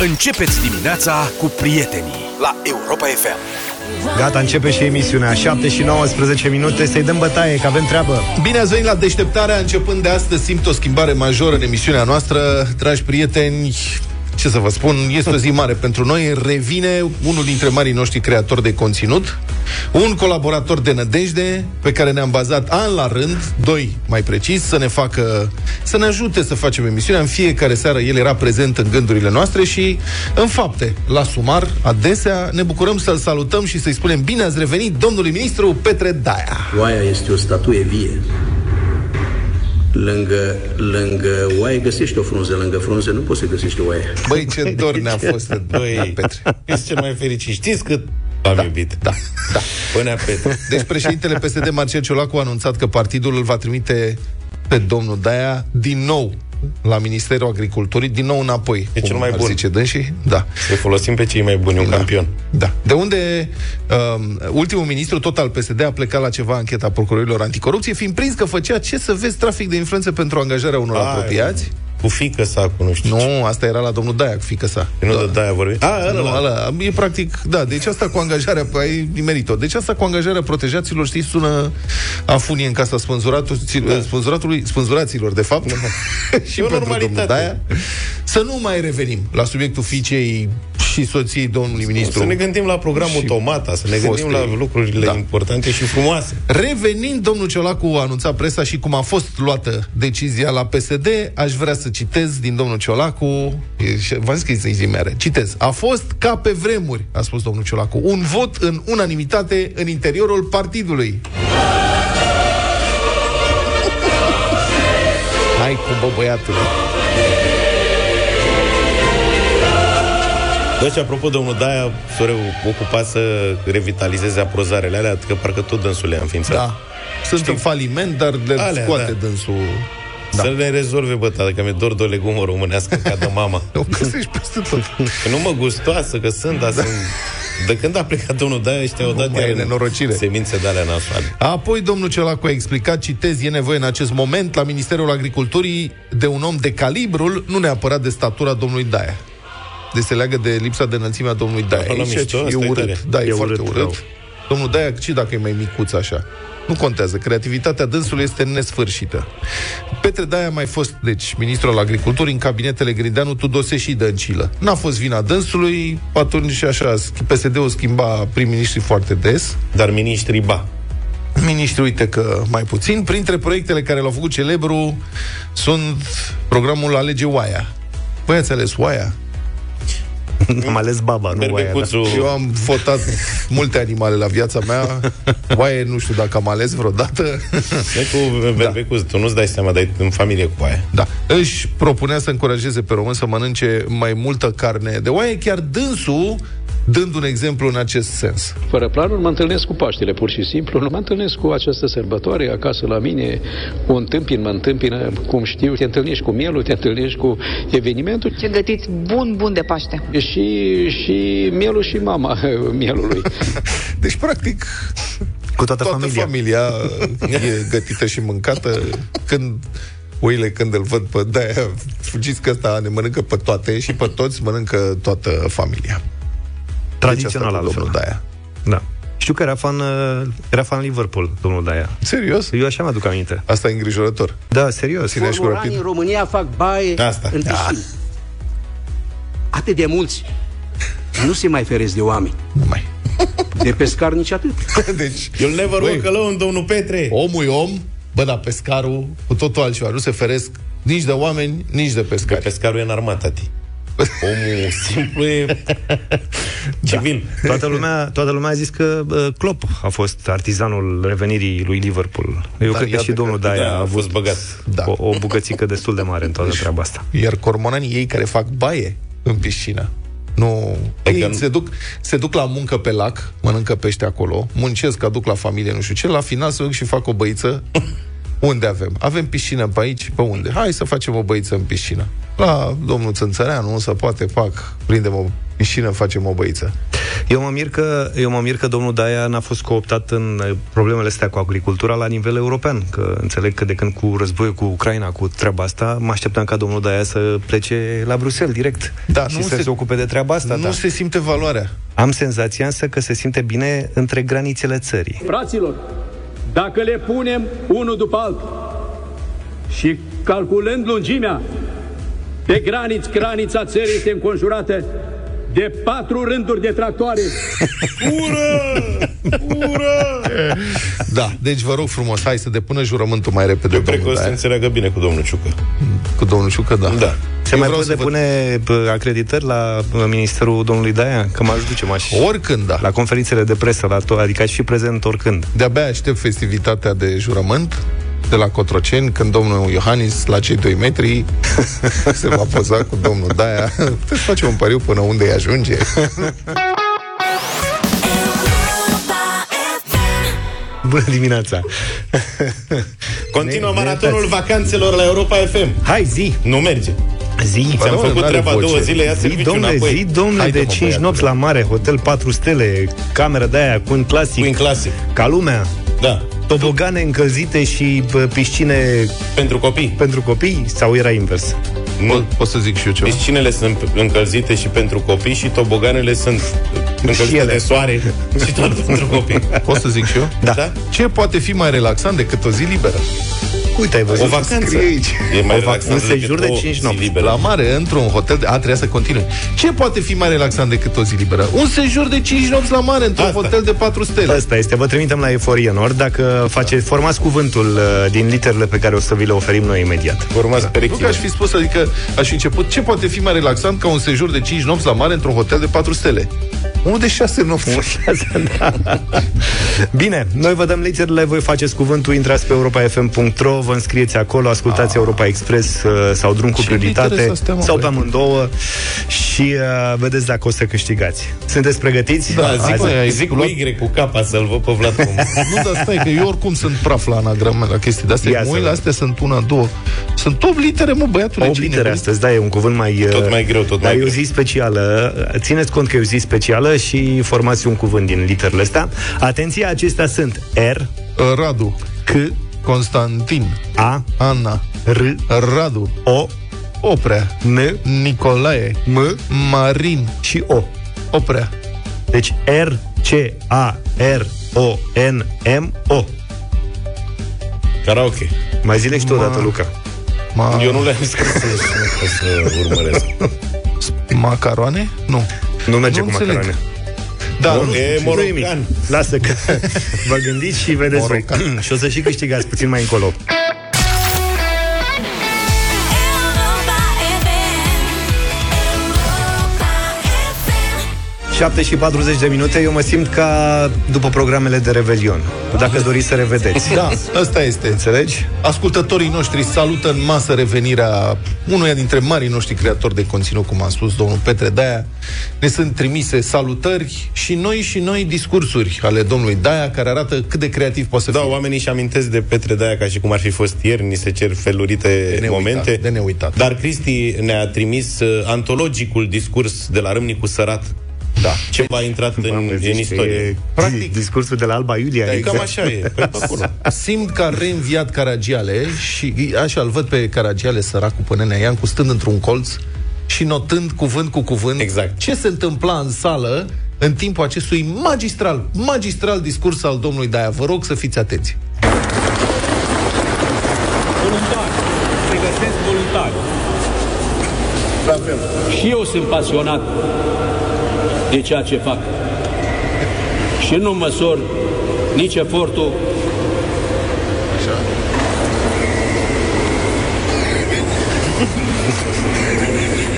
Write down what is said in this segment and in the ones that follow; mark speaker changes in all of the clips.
Speaker 1: Începeți dimineața cu prietenii la Europa FM.
Speaker 2: Gata, începe și emisiunea 7 și 19 minute, să-i dăm bătaie, că avem treabă
Speaker 3: Bine ați venit la deșteptarea, începând de astăzi simt o schimbare majoră în emisiunea noastră Dragi prieteni, ce să vă spun, este o zi mare pentru noi Revine unul dintre marii noștri creatori de conținut Un colaborator de nădejde pe care ne-am bazat an la rând Doi mai precis, să ne facă, să ne ajute să facem emisiunea În fiecare seară el era prezent în gândurile noastre și în fapte La sumar, adesea, ne bucurăm să-l salutăm și să-i spunem Bine ați revenit, domnului ministru Petre Daia
Speaker 4: Oaia este o statuie vie. Lângă, lângă oaie găsești o frunze, lângă frunze nu poți să găsești o oaie.
Speaker 3: Băi, ce dor ne-a fost de
Speaker 5: Băi,
Speaker 3: Petre.
Speaker 5: ești cel mai fericit. Știți cât am iubit? Da, da. Până pe...
Speaker 3: Deci președintele PSD Marcel Ciolacu a anunțat că partidul îl va trimite pe domnul Daia din nou la Ministerul Agriculturii, din nou înapoi.
Speaker 5: E cel
Speaker 3: cum
Speaker 5: mai
Speaker 3: ar
Speaker 5: bun.
Speaker 3: Zice dânsii. Da.
Speaker 5: Să folosim pe cei mai buni, un campion.
Speaker 3: Da. De unde um, ultimul ministru tot al PSD a plecat la ceva ancheta procurorilor anticorupție, fiind prins că făcea ce să vezi trafic de influență pentru angajarea unor
Speaker 5: Ai,
Speaker 3: apropiați.
Speaker 5: Cu fică sa, cu nu știu ce.
Speaker 3: Nu, Da. Ah, asta era la domnul Daia, cu fică sa.
Speaker 5: Nu de Daia vorbim. A, ăla,
Speaker 3: Nu,
Speaker 5: la-
Speaker 3: ala, e practic, da, deci asta cu angajarea, ai nimerit-o. Deci asta cu angajarea protejaților, știi, sună a funie în casa spânzuratul- spânzuratului, spânzuraților, de fapt. și
Speaker 5: Da. E o
Speaker 3: pentru
Speaker 5: normalitate.
Speaker 3: domnul Daia. Să nu mai revenim la subiectul fiicei și soției domnului ministru.
Speaker 5: Să ne gândim la programul
Speaker 3: Și
Speaker 5: Tomata, să ne gândim
Speaker 3: fostei-
Speaker 5: la lucrurile
Speaker 3: Da.
Speaker 5: importante și frumoase.
Speaker 3: Revenind, domnul Ciolacu a anunțat presa și cum a fost luată decizia la PSD, aș vrea să citez din domnul Ciolacu, e, și- v-am zis că este zi mere, citez. A fost ca pe vremuri, a spus domnul Ciolacu, un vot în unanimitate în interiorul partidului. Hai cu bă, băiatule.
Speaker 5: Da, și apropo, domnul Daia, Soreu, ocupa să revitalizeze aprozarele alea, că parcă tot dânsul le-a înființat.
Speaker 3: Da. Sunt în faliment, dar le
Speaker 5: Alea,
Speaker 3: scoate
Speaker 5: da.
Speaker 3: dânsul. da.
Speaker 5: Să le rezolve bătaia, că mi-e dor de o legumă românească ca de mama.
Speaker 3: O găsești peste tot.
Speaker 5: Că nu mă gustoasă că sunt, dar sunt... De când a plecat domnul Daia, ăștia au dat
Speaker 3: Da. mai e
Speaker 5: iar
Speaker 3: nenorocire.
Speaker 5: semințe de alea nasoale.
Speaker 3: Apoi domnul Ciolacu a explicat, citez, e nevoie în acest moment la Ministerul Agriculturii de un om de calibrul, nu neapărat de statura domnului Daia. Deci se leagă de lipsa de înălțime a domnului Daia.
Speaker 5: Acolo
Speaker 3: Aici
Speaker 5: Da, mișto,
Speaker 3: e
Speaker 5: asta e tare.
Speaker 3: urât. Da, e,
Speaker 4: E
Speaker 3: foarte
Speaker 4: urât,
Speaker 3: urât.
Speaker 4: rău.
Speaker 3: Domnul Daia, și dacă e mai micuț așa. Nu contează, creativitatea dânsului este nesfârșită. Petre Daia a mai fost, deci, ministru al agriculturii în cabinetele Grindeanu, Tudose și Dăncilă. N-a fost vina dânsului, atunci așa, PSD-ul schimba prim-ministri foarte des.
Speaker 5: Dar miniștrii, ba.
Speaker 3: Miniștri, uite că mai puțin. Printre proiectele care l-au făcut celebru sunt programul Alege Oaia. Voi ați ales Oaia?
Speaker 2: Am ales baba, nu oaia, da.
Speaker 5: Berbecuțul...
Speaker 3: Eu am votat multe animale la viața mea. Oaie nu știu dacă am ales vreodată.
Speaker 5: Noi cu berbecul, tu nu-ți dai seama, dar e în familie cu aia.
Speaker 3: Da. Își propunea să încurajeze pe român să mănânce mai multă carne de oaie, chiar dânsul dând un exemplu în acest sens.
Speaker 6: fără planuri, mă întâlnesc cu Paștele, pur și simplu. Nu mă întâlnesc cu această sărbătoare acasă la mine, un întâmpin mă întâmpină, cum știu, te întâlnești cu mielul, te întâlnești cu evenimentul
Speaker 7: Ce gătiți bun, bun de Paște.
Speaker 6: și, și mielul și mama mielului.
Speaker 3: Deci, practic,
Speaker 2: Cu toată,
Speaker 3: toată
Speaker 2: familia.
Speaker 3: familia, e gătită și mâncată când Uile când îl văd pe de fugiți că ăsta ne mănâncă pe toate și pe toți mănâncă toată familia.
Speaker 2: Tradițional
Speaker 3: deci
Speaker 2: altfel.
Speaker 3: domnul Daia.
Speaker 2: Da. Știu că era fan, uh, era fan Liverpool, domnul Daia.
Speaker 3: Serios?
Speaker 2: Eu așa mi-aduc aminte.
Speaker 3: Asta e îngrijorător.
Speaker 2: Da, serios.
Speaker 3: Ține și cu
Speaker 8: Cormoranii
Speaker 3: rapid. Da,
Speaker 8: în România fac baie
Speaker 5: Asta.
Speaker 8: în piscină. Atât de mulți. Nu se mai feresc de oameni.
Speaker 3: Nu mai.
Speaker 8: De pescar nici atât.
Speaker 3: Deci,
Speaker 5: You'll never
Speaker 3: Băi.
Speaker 5: walk alone, domnul Petre!
Speaker 3: omul e om, bă, dar pescarul cu totul altceva. Nu se feresc nici de oameni, nici de
Speaker 5: Că
Speaker 3: pescari.
Speaker 5: pescarul e în armată, tati. Omul simplu e civil.
Speaker 2: Toată lumea, toată lumea a zis că uh, Klopp a fost artizanul revenirii lui Liverpool. Eu
Speaker 3: Dar
Speaker 2: cred că
Speaker 3: iată
Speaker 2: și domnul
Speaker 3: că-
Speaker 2: Daia
Speaker 5: da,
Speaker 2: a
Speaker 5: a
Speaker 2: avut
Speaker 5: fost băgat.
Speaker 3: Da.
Speaker 2: o, o bucățică destul de mare în toată treaba asta.
Speaker 3: Iar cormonanii ei care fac baie în piscină. Nu.
Speaker 5: Adică
Speaker 3: Ei
Speaker 5: nu-
Speaker 3: se, duc, se duc la muncă pe lac, mănâncă pește acolo, muncesc, aduc la familie, nu știu ce, la final se duc și fac o băiță. unde avem? Avem piscină pe aici, pe unde? Hai să facem o băiță în piscină. La domnul Țânțăreanu, nu se poate, fac, prindem o piscină, facem o băiță.
Speaker 2: Eu mă mir că, eu mă mir că domnul Daia n-a fost cooptat în uh, problemele astea cu agricultura la nivel european, că înțeleg că de când cu războiul cu Ucraina, cu treaba asta, mă așteptam ca domnul Daia să plece la Bruxelles direct
Speaker 3: Da,
Speaker 2: și
Speaker 3: nu
Speaker 2: să se,
Speaker 3: se-
Speaker 2: ocupe de treaba asta.
Speaker 3: nu
Speaker 2: da.
Speaker 3: se simte valoarea.
Speaker 2: Am senzația însă că se simte bine între granițele țării.
Speaker 9: Fraților, dacă le punem unul după altul și calculând lungimea, pe graniți, granița țării este înconjurată de patru rânduri de tractoare.
Speaker 3: Da, deci vă rog frumos, hai să depună jurământul mai repede
Speaker 5: Eu cred că o
Speaker 3: domnul
Speaker 5: să se
Speaker 3: Daia.
Speaker 5: înțeleagă bine cu domnul Ciucă.
Speaker 3: cu domnul Ciucă, da.
Speaker 5: Da.
Speaker 2: Se
Speaker 3: Eu
Speaker 2: mai
Speaker 3: vreau
Speaker 2: pot
Speaker 3: să vă-
Speaker 2: depune bă, acreditări la bă, Ministerul domnului Daia? Că m-aș duce, m-aș...
Speaker 3: Oricând, da.
Speaker 2: La conferințele de presă, la to- adică aș fi prezent oricând.
Speaker 3: De-abia aștept festivitatea de jurământ de la Cotroceni, când domnul Iohannis la cei 2 metri se va poza cu domnul Daia. Puteți face un pariu până unde îi ajunge.
Speaker 2: Bună dimineața!
Speaker 5: Continuă
Speaker 2: Ne- ne
Speaker 5: maratonul
Speaker 2: iertați.
Speaker 5: vacanțelor la Europa Păi FM.
Speaker 2: Hai, zi!
Speaker 5: Nu merge.
Speaker 2: Zi!
Speaker 5: Ți-am
Speaker 3: domnule,
Speaker 5: făcut
Speaker 3: n-are
Speaker 5: treaba
Speaker 3: voce.
Speaker 5: două zile, ia
Speaker 2: Zi,
Speaker 5: serviciu
Speaker 2: domnule,
Speaker 5: înapoi.
Speaker 2: zi, domnule,
Speaker 5: Hai,
Speaker 2: de
Speaker 5: domnule,
Speaker 2: 5 nopți la mare, hotel 4 stele, cameră de aia cu un clasic,
Speaker 5: Cu un clasic.
Speaker 2: ca lumea,
Speaker 5: Da.
Speaker 2: tobogane încălzite și bă, piscine
Speaker 5: Pentru copii.
Speaker 2: pentru copii sau era invers?
Speaker 5: Nu.
Speaker 3: Pot să zic și eu ceva?
Speaker 5: Piscinele sunt încălzite și pentru copii și toboganele sunt încălzite
Speaker 2: ele.
Speaker 5: de soare și tot pentru copii.
Speaker 3: Pot să zic și eu?
Speaker 2: Da.
Speaker 3: Ce poate fi mai relaxant decât o zi liberă?
Speaker 2: Uite, ai văzut?
Speaker 5: O vacanță.
Speaker 3: scrie aici.
Speaker 5: E mai
Speaker 2: O
Speaker 5: relaxant
Speaker 2: vacanță, un
Speaker 5: decât
Speaker 2: sejur de
Speaker 5: o
Speaker 2: cinci
Speaker 5: zi
Speaker 2: nopți.
Speaker 5: liberă.
Speaker 3: La mare, într-un hotel, de... a, trebuia să continui. Ce poate fi mai relaxant decât o zi liberă? Un sejur de 5 nopți la mare, într-un
Speaker 5: Asta.
Speaker 3: hotel de 4 stele.
Speaker 2: Asta este, vă trimitem la Eforie Nord dacă face, formați cuvântul uh, din literele pe care o să vi le oferim noi imediat.
Speaker 5: Urmați
Speaker 3: Nu că
Speaker 5: perechile.
Speaker 3: aș fi spus, adică aș fi început Ce poate fi mai relaxant ca un sejur de 5 nopți la mare Într-un hotel de 4 stele Unul de 6 nopți
Speaker 2: Bine, noi vă dăm literele, voi faceți cuvântul, intrați pe europa.fm.ro, vă înscrieți acolo,
Speaker 5: Ah.
Speaker 2: ascultați Europa Express uh, sau Drum cu
Speaker 3: Ce litere
Speaker 2: prioritate
Speaker 3: să stea, mă,
Speaker 2: sau pe
Speaker 3: băi.
Speaker 2: amândouă și uh, vedeți dacă o să câștigați. Sunteți pregătiți?
Speaker 3: Da,
Speaker 2: Hai să-
Speaker 3: zic, băi, ai
Speaker 5: Zic
Speaker 3: zic
Speaker 5: cu Y, cu K, să-l văd pe Vlad cum.
Speaker 3: Nu, dar stai, că eu oricum sunt praf la anagrame La chestii
Speaker 2: Ia
Speaker 3: de-astea,
Speaker 2: să
Speaker 3: mă uit la
Speaker 2: vedem.
Speaker 3: astea Sunt una, două, sunt 8 litere, mă, băiatule
Speaker 2: O
Speaker 3: ce
Speaker 2: litere
Speaker 3: nebun.
Speaker 2: astăzi, da, e un cuvânt mai...
Speaker 5: Tot
Speaker 2: uh,
Speaker 5: mai greu, tot
Speaker 2: dar
Speaker 5: mai
Speaker 2: e o
Speaker 5: greu.
Speaker 2: zi specială. Țineți cont că e o zi specială și formați un cuvânt din literele astea. Atenție, acestea sunt R,
Speaker 3: Radu,
Speaker 2: C,
Speaker 3: Constantin,
Speaker 2: A,
Speaker 3: Ana,
Speaker 2: R,
Speaker 3: Radu,
Speaker 2: O,
Speaker 3: Oprea,
Speaker 2: N,
Speaker 3: Nicolae,
Speaker 2: M
Speaker 3: Marin,
Speaker 2: și O.
Speaker 3: Oprea
Speaker 2: Deci R, C, A, R, O, N, M, O.
Speaker 5: Karaoke.
Speaker 2: Mai zile și tu odată,
Speaker 3: Ma-
Speaker 2: Luca.
Speaker 3: Ma-
Speaker 5: Eu nu le-am scris să, să- să urmăresc.
Speaker 3: Macaroane? Nu
Speaker 2: Nu merge
Speaker 3: Nu
Speaker 2: cu
Speaker 3: înțeleg.
Speaker 2: macarone.
Speaker 3: Da,
Speaker 5: Bun,
Speaker 2: Nu
Speaker 5: e
Speaker 2: e
Speaker 5: morocan.
Speaker 2: nimic. Lasă că vă gândiți și vedeți voi. și o să și câștigați puțin mai încolo.
Speaker 10: Europa
Speaker 2: 7 și 40 de minute, eu mă simt ca după programele de Revelion. Dacă doriți să revedeți.
Speaker 3: da, ăsta este
Speaker 2: Înțelegi?
Speaker 3: Ascultătorii noștri salută în masă revenirea unuia dintre marii noștri creatori de conținut, cum a spus domnul Petre Daia. Ne sunt trimise salutări și noi și noi discursuri ale domnului Daia, care arată cât de creativ poate să
Speaker 5: Da,
Speaker 3: fie.
Speaker 5: oamenii își amintesc de Petre Daia ca și cum ar fi fost ieri, ni se cer felurite
Speaker 3: neuitat,
Speaker 5: momente.
Speaker 3: de neuitat.
Speaker 5: Dar Cristi ne-a trimis uh, antologicul discurs de la Râmnicu Sărat. Da. Ce a intrat
Speaker 3: Deci,
Speaker 5: în, în istorie.
Speaker 2: Practic, discursul de la Alba Iulia.
Speaker 5: E
Speaker 3: Da,
Speaker 2: adică-
Speaker 5: cam așa e.
Speaker 3: exact.
Speaker 5: Păi, pe acolo.
Speaker 3: Simt că a reînviat Caragiale și așa îl văd pe Caragiale săracul până Neaiancu stând într-un colț și notând cuvânt cu cuvânt
Speaker 5: Exact.
Speaker 3: ce se întâmpla în sală în timpul acestui magistral, magistral discurs al domnului Daia. Vă rog să fiți atenți.
Speaker 9: Voluntari, se găsesc voluntari. Și eu sunt pasionat de ceea ce fac. Și nu măsor nici efortul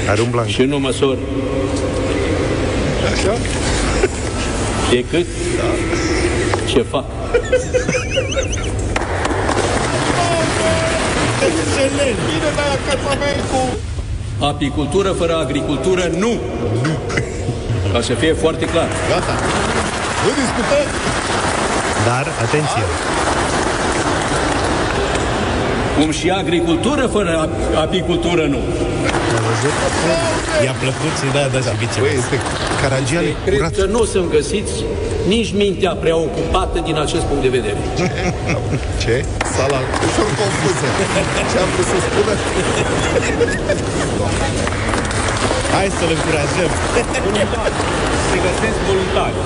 Speaker 2: Are un blanc.
Speaker 9: și nu măsor Așa? decât da. ce fac. Apicultură fără agricultură, nu! Nu! Ca să fie foarte clar.
Speaker 2: Dar, atenție,
Speaker 9: Cum și agricultură fără ap- apicultură, nu.
Speaker 2: văzut?
Speaker 5: I-a plăcut să-i dea da și
Speaker 3: Băi,
Speaker 5: viceversa.
Speaker 3: este Caragiale
Speaker 11: Cred
Speaker 3: curat.
Speaker 11: că nu o să-mi găsiți nici mintea prea ocupată din acest punct de vedere.
Speaker 3: Ce? Sala. Sunt confuză. Ce am vrut să spună?
Speaker 5: Hai să-l încurajăm.
Speaker 11: Se găsesc voluntari.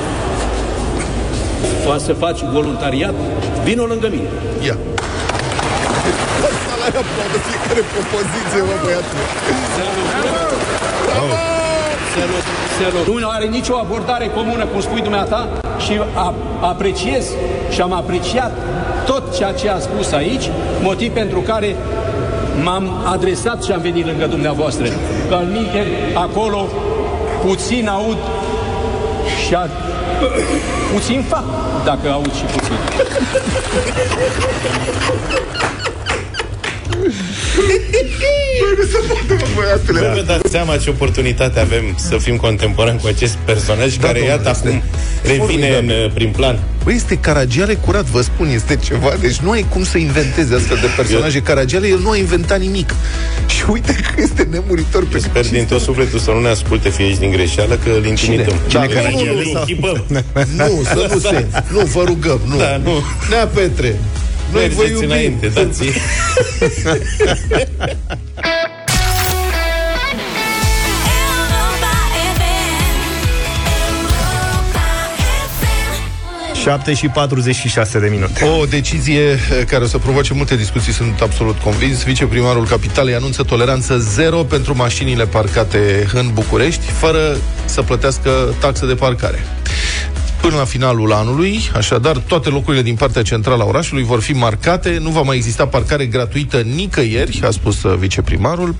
Speaker 11: Poate să faci voluntariat? Vino lângă mine.
Speaker 3: Ia. Sala aia aplaudă fiecare propoziție, mă, băiatul.
Speaker 11: Să nu- să Nu nu are nicio abordare comună, cum spui dumneata, și a, apreciez și am apreciat tot ceea ce a spus aici, motiv pentru care m-am adresat și am venit lângă dumneavoastră. Că în minte, acolo puțin aud și a, puțin fac, dacă aud și puțin.
Speaker 3: Băi, nu se poate, mă, băiatule.
Speaker 5: Voi vă dați seama ce oportunitate avem să fim contemporani cu acest personaj da, care,
Speaker 3: domnule,
Speaker 5: iată,
Speaker 3: este
Speaker 5: acum revine în,
Speaker 3: formidabil.
Speaker 5: uh, prin plan.
Speaker 3: Băi, este Caragiale curat, vă spun, este ceva. Deci nu ai cum să inventezi astfel de personaje. Caragiale, el nu a inventat nimic. Și uite că este nemuritor pe
Speaker 5: Sper din tot sufletul să nu ne asculte fie aici din greșeală, că îl intimidăm.
Speaker 3: Cine
Speaker 5: Da,
Speaker 3: care
Speaker 5: nu,
Speaker 3: e?
Speaker 5: nu, nu,
Speaker 3: Sau-
Speaker 5: echipăm.
Speaker 3: Nu, să nu se. Nu, vă rugăm, nu.
Speaker 5: Da, nu.
Speaker 3: Nea Petre, noi vă
Speaker 5: Mergeți
Speaker 3: iubim.
Speaker 5: înainte, dați
Speaker 10: Europa FM. Europa FM.
Speaker 2: 7 și 46 de minute.
Speaker 3: O decizie eh, care o să provoace multe discuții, sunt absolut convins. Viceprimarul Capitalei anunță toleranță zero pentru mașinile parcate în București, fără să plătească taxă de parcare. Până la finalul anului, așadar, toate locurile din partea centrală a orașului vor fi marcate, nu va mai exista parcare gratuită nicăieri, a spus eh, viceprimarul.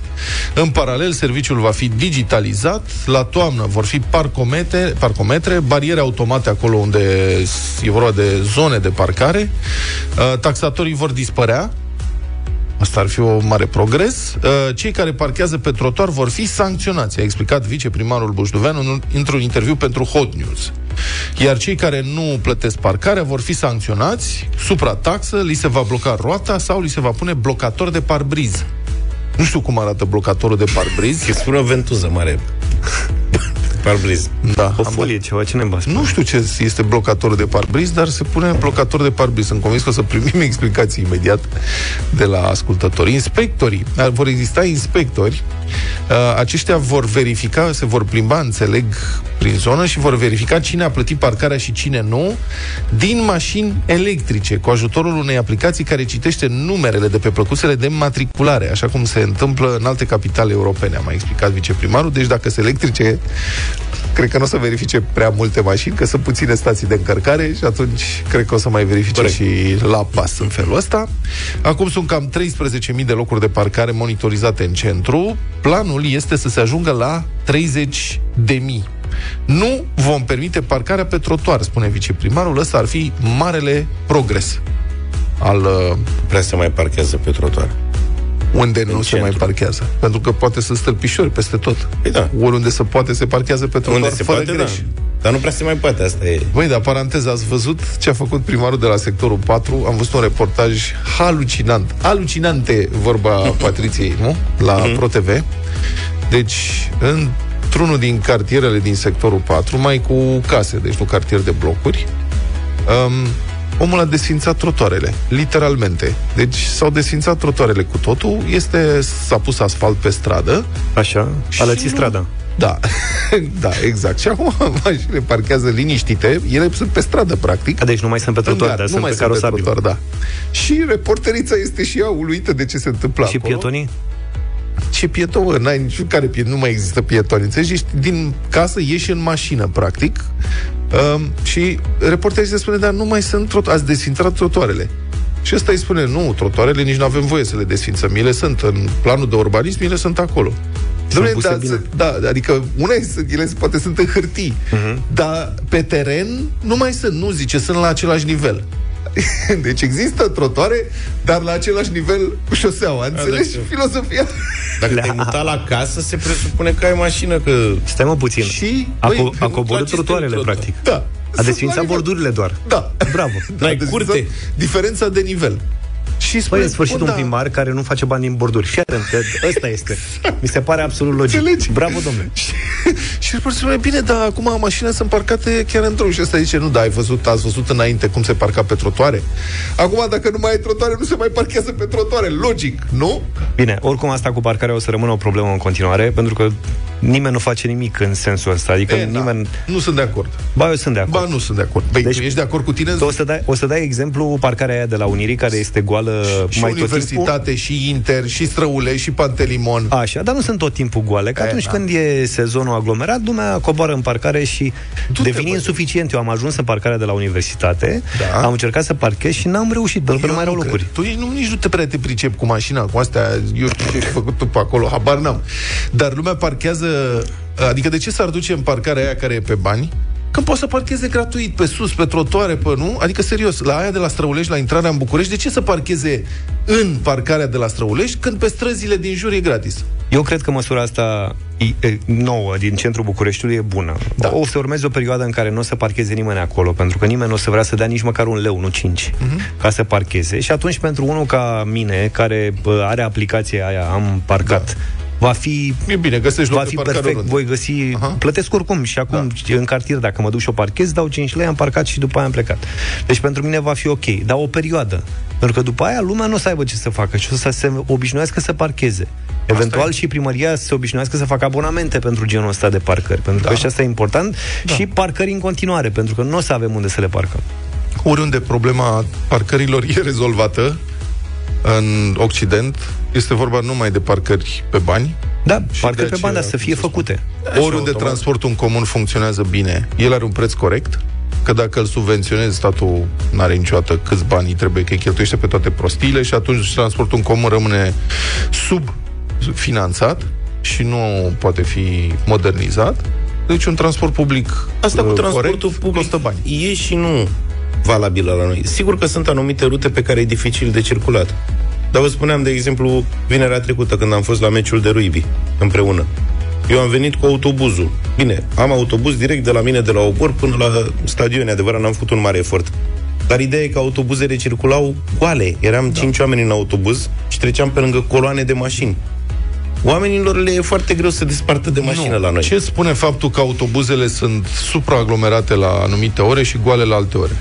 Speaker 3: În paralel, serviciul va fi digitalizat, la toamnă vor fi parcomete, parcometre, bariere automate acolo unde e vorba de zone de parcare, Uh, taxatorii vor dispărea, Asta ar fi o mare progres. Uh, Cei care parchează pe trotuar vor fi sancționați, a explicat viceprimarul Bușduveanu în- într-un interviu pentru Hot News. Iar cei care nu plătesc parcarea vor fi sancționați, suprataxă, li se va bloca roata sau li se va pune blocator de parbriz. Nu știu cum arată blocatorul de parbriz.
Speaker 5: Că spune o ventuză mare. Parbriz.
Speaker 3: Da,
Speaker 2: O
Speaker 3: am-
Speaker 2: folie, ceva, cine va spune?
Speaker 3: nu știu ce este blocator de parbriz, dar se pune blocator de parbriz. Sunt convins că o să primim explicații imediat de la ascultători. Inspectorii. Ar- Vor exista inspectori. Uh, Aceștia vor verifica, se vor plimba, înțeleg, prin zonă și vor verifica cine a plătit parcarea și cine nu din mașini electrice, cu ajutorul unei aplicații care citește numerele de pe plăcusele de matriculare, așa cum se întâmplă în alte capitale europene, a mai explicat viceprimarul. Deci dacă sunt electrice, cred că nu o să verifice prea multe mașini, că sunt puține stații de încărcare și atunci cred că o să mai verifice
Speaker 5: Corect.
Speaker 3: și la pas în felul ăsta. Acum sunt cam 13.000 de locuri de parcare monitorizate în centru. Planul este să se ajungă la 30.000. Nu vom permite parcarea pe trotuar, spune viceprimarul. Ăsta ar fi marele progres al uh,
Speaker 5: Prea se mai parchează pe trotuar.
Speaker 3: unde nu se
Speaker 5: centru.
Speaker 3: mai parchează. Pentru că poate să stâlpișori peste tot.
Speaker 5: Păi da.
Speaker 3: Oriunde se poate se parchează pe trotuar
Speaker 5: Unde se
Speaker 3: fără
Speaker 5: poate, da.
Speaker 3: greș.
Speaker 5: Dar nu prea se mai poate, asta e.
Speaker 3: Băi, dar paranteză, ați văzut ce a făcut primarul de la sectorul 4? Am văzut un reportaj halucinant. Alucinante, vorba Patriției, nu? La ProTV. Deci, într-unul din cartierele din sectorul 4, mai cu case, deci nu cartier de blocuri, um, omul a desfințat trotoarele, literalmente. Deci s-au desfințat trotoarele cu totul, este, s-a pus asfalt pe stradă,
Speaker 2: Așa, a lățit
Speaker 3: nu-
Speaker 2: strada.
Speaker 3: da, da, exact. Și acum mașinile parchează liniștite, ele sunt pe stradă, practic.
Speaker 2: A, deci nu mai sunt pe trotuar,
Speaker 3: În
Speaker 2: dar
Speaker 3: gard,
Speaker 2: sunt pe
Speaker 3: sunt
Speaker 2: carosabil.
Speaker 3: trotuar, da. Și reporterița este și ea uluită de ce se întâmplă
Speaker 2: Și
Speaker 3: acolo.
Speaker 2: pietonii?
Speaker 3: Și pieton, bă, n-ai niciun care pieton, nu mai există pietoni, înțelegi? Ești din casă, ieși în mașină, practic. Um, și reporterul se spune, dar nu mai sunt trot, ați desfințat trotoarele. Și ăsta îi spune, nu, trotoarele nici nu avem voie să le desfințăm, ele sunt în planul de urbanism, ele sunt acolo. Dom'le,
Speaker 2: puse
Speaker 3: da,
Speaker 2: bine.
Speaker 3: se- da, adică una e să- ele poate sunt în hârtii,
Speaker 2: Mhm.
Speaker 3: dar pe teren nu mai sunt, nu zice, sunt la același nivel. Deci există trotoare, dar la același nivel cu șoseaua, înțelegi?
Speaker 5: deci-
Speaker 3: Filosofia.
Speaker 5: Dacă te-ai mutat la casă, se presupune că ai mașină, că...
Speaker 2: Stai mă puțin.
Speaker 3: Și,
Speaker 2: A,
Speaker 3: băi,
Speaker 2: co- a coborât
Speaker 5: aceste
Speaker 2: trotuarele,
Speaker 5: trotuare.
Speaker 2: practic.
Speaker 3: Da.
Speaker 2: A desfințat bordurile doar.
Speaker 3: Da.
Speaker 2: Bravo.
Speaker 5: N-ai
Speaker 3: Deci,
Speaker 5: curte.
Speaker 3: exact, Diferența de nivel. Și
Speaker 2: Păi, în sfârșit,
Speaker 3: da.
Speaker 2: un primar care nu face bani din borduri. Fii atent, că ăsta este. Mi se pare absolut logic.
Speaker 3: Înțelegi?
Speaker 2: Bravo, domnule.
Speaker 3: Și îl spune, bine, dar acum mașinile sunt parcate chiar într-o și ăsta zice, nu, da, ai văzut, ați văzut înainte cum se parca pe trotoare? Acum, dacă nu mai ai trotoare, nu se mai parchează pe trotoare, logic, nu?
Speaker 2: Bine, oricum asta cu parcarea o să rămână o problemă în continuare, pentru că nimeni nu face nimic în sensul ăsta. Adică
Speaker 3: E,
Speaker 2: e, nimeni...
Speaker 3: Da. Nu sunt de acord.
Speaker 2: Ba, eu sunt de acord.
Speaker 3: Ba, nu sunt de acord. Păi, deci,
Speaker 2: Deci-
Speaker 3: tu ești de acord cu tine?
Speaker 2: O să, dai, o să dai exemplu parcarea aia de la Unirii, care este goală
Speaker 3: și
Speaker 2: mai tot timpul.
Speaker 3: universitate, și inter, și străule, și pantelimon.
Speaker 2: Așa, dar nu sunt tot timpul goale, că
Speaker 3: E,
Speaker 2: atunci
Speaker 3: da.
Speaker 2: când e sezonul aglomerat, lumea coboară în parcare și
Speaker 3: Du-te,
Speaker 2: devine
Speaker 3: bă.
Speaker 2: insuficient. Eu am ajuns în parcarea de la universitate,
Speaker 3: Da.
Speaker 2: am încercat să parchez și n-am reușit, pentru că
Speaker 3: Eu
Speaker 2: nu mai erau
Speaker 3: nu
Speaker 2: locuri.
Speaker 3: cred. Tu nici nu, nici nu te prea te pricep cu mașina, cu astea, eu știu ce ai făcut tu pe acolo, habar n-am. Dar lumea parchează, adică de ce s-ar duce în parcarea aia care e pe bani? Când poți să parcheze gratuit, pe sus, pe trotoare, pe nu? Adică, serios, la aia de la Străulești, la intrarea în București, de ce să parcheze în parcarea de la Străulești, când pe străzile din jur e gratis?
Speaker 2: Eu cred că măsura asta i- e, nouă din centrul Bucureștiului e bună.
Speaker 3: Da.
Speaker 2: Da. O să urmeze o perioadă în care nu o să parcheze nimeni acolo, pentru că nimeni nu o să vrea să dea nici măcar un leu, nu cinci,
Speaker 3: Mhm.
Speaker 2: uh-huh. ca să parcheze. Și atunci, pentru unul ca mine, care bă, are aplicația aia, am parcat, da. va fi
Speaker 3: E bine, găsești loc
Speaker 2: va
Speaker 3: de
Speaker 2: fi
Speaker 3: parcare
Speaker 2: perfect,
Speaker 3: oriunde.
Speaker 2: voi găsi,
Speaker 3: Aha.
Speaker 2: Aha. plătesc oricum și acum da. în cartier, dacă mă duc și o parchez, dau 5 lei, am parcat și după aia am plecat. Deci pentru mine va fi ok, dar o perioadă. Pentru că după aia lumea nu o să aibă ce să facă și o să se obișnuiască să parcheze. Eventual și primăria să se obișnuiască să facă abonamente pentru genul ăsta de parcări, pentru
Speaker 3: Da.
Speaker 2: că și asta e important da. și parcări în continuare, pentru că nu o să avem unde să le parcăm.
Speaker 3: oriunde problema parcărilor e rezolvată în Occident, este vorba numai de parcări pe bani,
Speaker 2: Da,
Speaker 3: Și
Speaker 2: parcă
Speaker 3: de
Speaker 2: pe bani, dar
Speaker 3: aceea,
Speaker 2: să fie
Speaker 3: cum să spun.
Speaker 2: făcute.
Speaker 3: oriunde transportul în comun funcționează bine, el are un preț corect, că dacă îl subvenționezi, statul nu are niciodată câți bani îi trebuie, că îi cheltuiește pe toate prostiile și atunci transportul în comun rămâne subfinanțat și nu poate fi modernizat. Deci un transport public
Speaker 5: Asta cu
Speaker 3: uh,
Speaker 5: transportul
Speaker 3: corect,
Speaker 5: public
Speaker 3: costă bani.
Speaker 5: e și nu valabilă la noi. Sigur că sunt anumite rute pe care e dificil de circulat. Dar vă spuneam, de exemplu, vinerea trecută când am fost la meciul de rugby împreună. Eu am venit cu autobuzul. Bine, am autobuz direct de la mine, de la Obor, până la stadion. E adevărat, n-am făcut un mare efort. Dar ideea e că autobuzele circulau goale. Eram da. cinci oameni în autobuz și treceam pe lângă coloane de mașini. Oamenilor le e foarte greu să se despartă de mașină la noi.
Speaker 3: Ce spune faptul că autobuzele sunt supraaglomerate la anumite ore și goale la alte ore?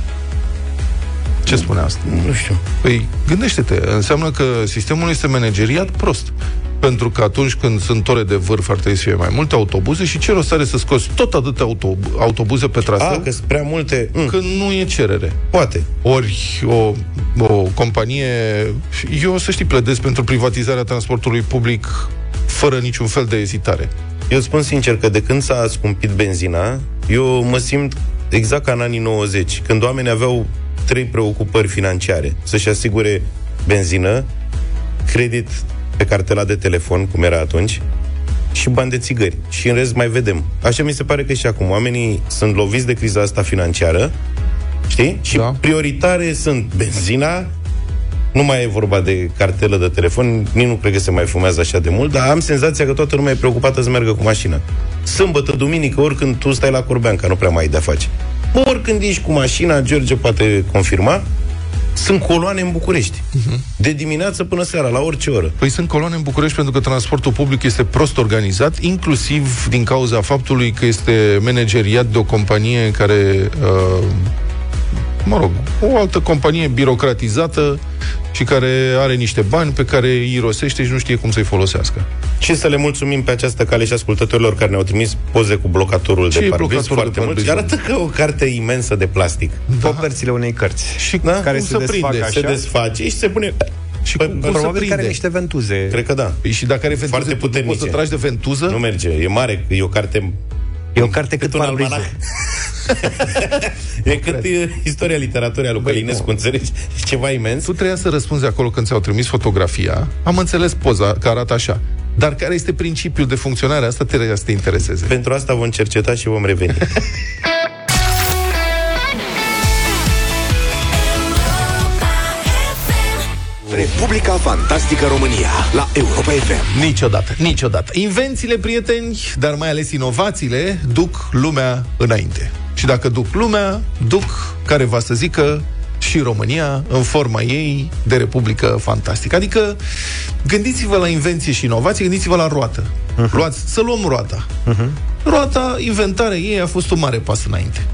Speaker 3: Ce spune asta?
Speaker 5: Nu știu.
Speaker 3: Păi, gândește-te, înseamnă că sistemul este manageriat prost. Pentru că atunci când sunt ore de vârf ar trebui să fie mai multe autobuze și ce rost are să scoți tot atâtea autob- autobuze pe traseu
Speaker 5: A, Ah, că sunt prea multe... Mm.
Speaker 3: când nu e cerere.
Speaker 5: Poate.
Speaker 3: Ori o, o companie... Eu, să știi, pledez pentru privatizarea transportului public fără niciun fel de ezitare.
Speaker 5: Eu spun sincer că de când s-a scumpit benzina, eu mă simt exact ca în anii 90, când oamenii aveau trei preocupări financiare. Să-și asigure benzină, credit pe cartela de telefon, cum era atunci, și bani de țigări. Și în rest mai vedem. Așa mi se pare că și acum oamenii sunt loviți de criza asta financiară, știi? Și
Speaker 3: Da.
Speaker 5: prioritare sunt benzina, nu mai e vorba de cartelă de telefon, nici nu cred că se mai fumează așa de mult, dar am senzația că toată lumea e preocupată să meargă cu mașina. Sâmbătă, duminică, oricând tu stai la Corbeanca, nu prea mai ai de-a face. Bă, oricând ești cu mașina, George poate confirma, sunt coloane în București.
Speaker 3: Mhm.
Speaker 5: De dimineață până seara, la orice oră.
Speaker 3: Păi sunt coloane în București pentru că transportul public este prost organizat, inclusiv din cauza faptului că este manageriat de o companie care, uh, mă rog, o altă companie birocratizată și care are niște bani pe care îi irosește și nu știe cum să-i folosească.
Speaker 5: Și să le mulțumim pe această cale și ascultătorilor care ne-au trimis poze cu blocatorul
Speaker 3: Ce
Speaker 5: de
Speaker 3: e
Speaker 5: parbriz
Speaker 3: blocatorul de
Speaker 5: foarte
Speaker 3: parbriz,
Speaker 5: mult. Și arată ca o carte imensă de plastic.
Speaker 2: Da. Coperțile unei cărți.
Speaker 3: Și
Speaker 5: Da?
Speaker 2: Care
Speaker 3: cum
Speaker 2: se
Speaker 3: să
Speaker 2: desfac
Speaker 3: prinde?
Speaker 2: așa?
Speaker 5: Se desface și se pune...
Speaker 3: Și
Speaker 5: Păi,
Speaker 3: cum, cum să
Speaker 2: Probabil că
Speaker 3: prinde?
Speaker 2: are niște ventuze.
Speaker 5: Cred că da.
Speaker 3: Păi Și dacă are ventuză,
Speaker 5: Foarte
Speaker 3: tu poți
Speaker 5: puternice.
Speaker 3: să tragi de ventuză?
Speaker 5: Nu merge, e mare, e o carte
Speaker 2: E o carte cât,
Speaker 5: un
Speaker 2: cât parbrizul.
Speaker 5: almanac. E cât e istoria literaturii a lui Călinescu, înțelegi? E Ceva imens.
Speaker 3: Tu trebuia să răspunzi acolo când ți-au trimis fotografia. Am înțeles poza că arată așa. Dar care este principiul de funcționare? Asta trebuie să te intereseze.
Speaker 5: Pentru asta vom cerceta și vom reveni.
Speaker 1: Republica Fantastică România la Europa FM.
Speaker 3: Niciodată, niciodată. Invențiile, prieteni, dar mai ales inovațiile, duc lumea înainte. Și dacă duc lumea, duc care va să zică și România în forma ei de Republică Fantastică. Adică gândiți-vă la invenție și inovație, gândiți-vă la roată. Uh-huh. Luați, să luăm roata. Uh-huh. Roata, inventarea ei a fost un mare pas înainte.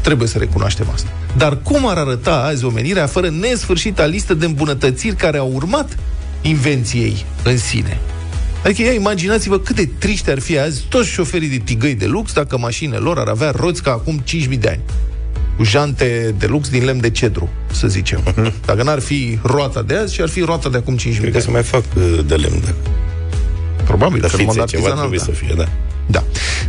Speaker 3: Trebuie să recunoaștem asta. Dar cum ar arăta azi omenirea fără nesfârșita listă de îmbunătățiri care au urmat invenției în sine? Adică ia imaginați-vă cât de triști ar fi azi toți șoferii de tigăi de lux dacă mașinile lor ar avea roți ca acum 5.000 de ani cu jante de lux din lemn de cedru, să zicem. Dacă n-ar fi roata de azi și ar fi roata de acum 5.000 de
Speaker 5: Cred că
Speaker 3: ani.
Speaker 5: se mai fac uh, de lemn, da.
Speaker 3: Probabil,
Speaker 5: Dar
Speaker 3: că în mod
Speaker 5: fițe, ceva
Speaker 3: artizanal,
Speaker 5: trebuie
Speaker 3: da.
Speaker 5: să fie, da.
Speaker 3: Da.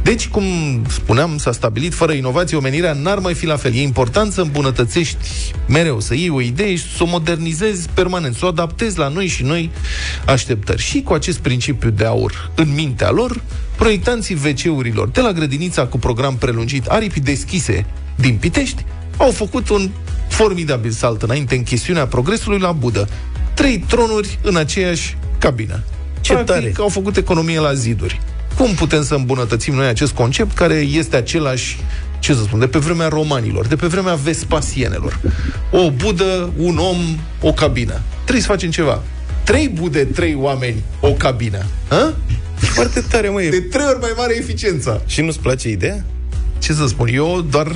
Speaker 3: Deci, cum spuneam, s-a stabilit, fără inovație, omenirea n-ar mai fi la fel. E important să îmbunătățești mereu, să iei o idee și să o modernizezi permanent, să o adaptezi la noi și noi așteptări. Și cu acest principiu de aur în mintea lor, proiectanții WC-urilor de la grădinița cu program prelungit aripi deschise din Pitești au făcut un formidabil salt înainte în chestiunea progresului la Budă. Trei tronuri în aceeași cabină.
Speaker 5: Ce tare!
Speaker 3: au făcut economie la ziduri. Cum putem să îmbunătățim noi acest concept care este același, ce să spun, de pe vremea romanilor, de pe vremea vespasienelor? O budă, un om, o cabină. Trebuie să facem ceva. Trei bude, trei oameni, o cabină. Hă?
Speaker 5: Foarte tare, măi.
Speaker 3: De trei ori mai mare eficiența.
Speaker 5: Și nu-ți place ideea?
Speaker 3: Ce să spun, eu doar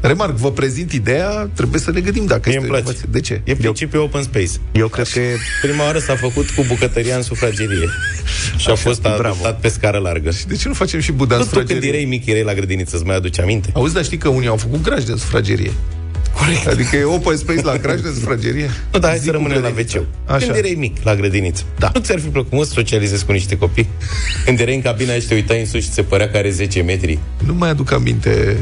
Speaker 3: remarc, vă prezint ideea, trebuie să ne gândim dacă
Speaker 5: Mie
Speaker 3: este
Speaker 5: îmi place.
Speaker 3: inovație. De ce?
Speaker 5: E principiul open space.
Speaker 2: Eu cred că e
Speaker 5: Prima oară s-a făcut cu bucătăria în sufragerie. Și a fost adoptat pe scară largă.
Speaker 3: De ce nu facem și Buda în
Speaker 5: Tot tu când
Speaker 3: sufragerie?
Speaker 5: erai mic, erai la grădiniță, îți mai aduce aminte?
Speaker 3: Auzi, dar știi că unii au făcut graj de sufragerie. Corect. Adică e open space la graj de sufragerie.
Speaker 5: Nu, dar hai
Speaker 3: Zic
Speaker 5: să
Speaker 3: cu
Speaker 5: rămânem la
Speaker 3: grădinița.
Speaker 5: wc
Speaker 3: Așa.
Speaker 5: Când erai mic, la grădiniță,
Speaker 3: Da.
Speaker 5: nu ți-ar fi plăcut mă, să socializezi cu niște copii? Când erai în cabina și te uitai în sus și ți se părea că are 10 metri.
Speaker 3: Nu mai aduc aminte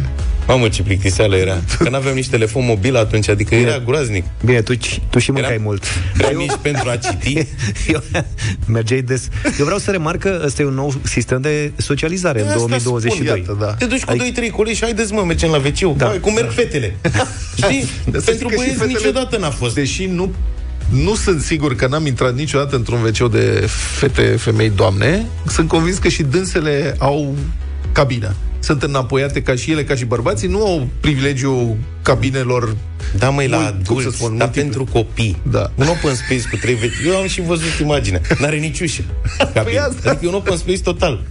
Speaker 5: Mamă, ce plictiseală era. Că n-aveam nici telefon mobil atunci, adică era groaznic.
Speaker 2: Bine, tu, ci- tu și mâncai
Speaker 5: Eram-
Speaker 2: mult.
Speaker 5: Erai mici pentru a citi.
Speaker 2: Eu, mergeai des. Eu vreau să remarc că ăsta e un nou sistem de socializare în
Speaker 5: Asta spun,
Speaker 2: 2022.
Speaker 3: iată, da.
Speaker 5: Te duci cu 2-3 colegi și haideți, mă, mergem la wc da.
Speaker 2: Da.
Speaker 5: Cum merg fetele. Știi?
Speaker 3: Dar să zic
Speaker 5: pentru
Speaker 3: că și
Speaker 5: băieți
Speaker 3: fetele-
Speaker 5: niciodată n-a fost.
Speaker 3: Deși nu nu sunt sigur că n-am intrat niciodată într-un wc de fete, femei, doamne. Sunt convins că și dânsele au cabină. Sunt înapoiate ca și ele, ca și bărbații, nu au privilegiul cabinelor.
Speaker 5: Da, măi, la
Speaker 3: Mult, cum
Speaker 5: adulți,
Speaker 3: să spun,
Speaker 5: dar
Speaker 3: multiple.
Speaker 5: pentru copii.
Speaker 3: Da.
Speaker 5: Un open space cu trei veci. Eu am și văzut imaginea. N-are nici ușă. Păi
Speaker 3: asta.
Speaker 5: Adică e un open space total.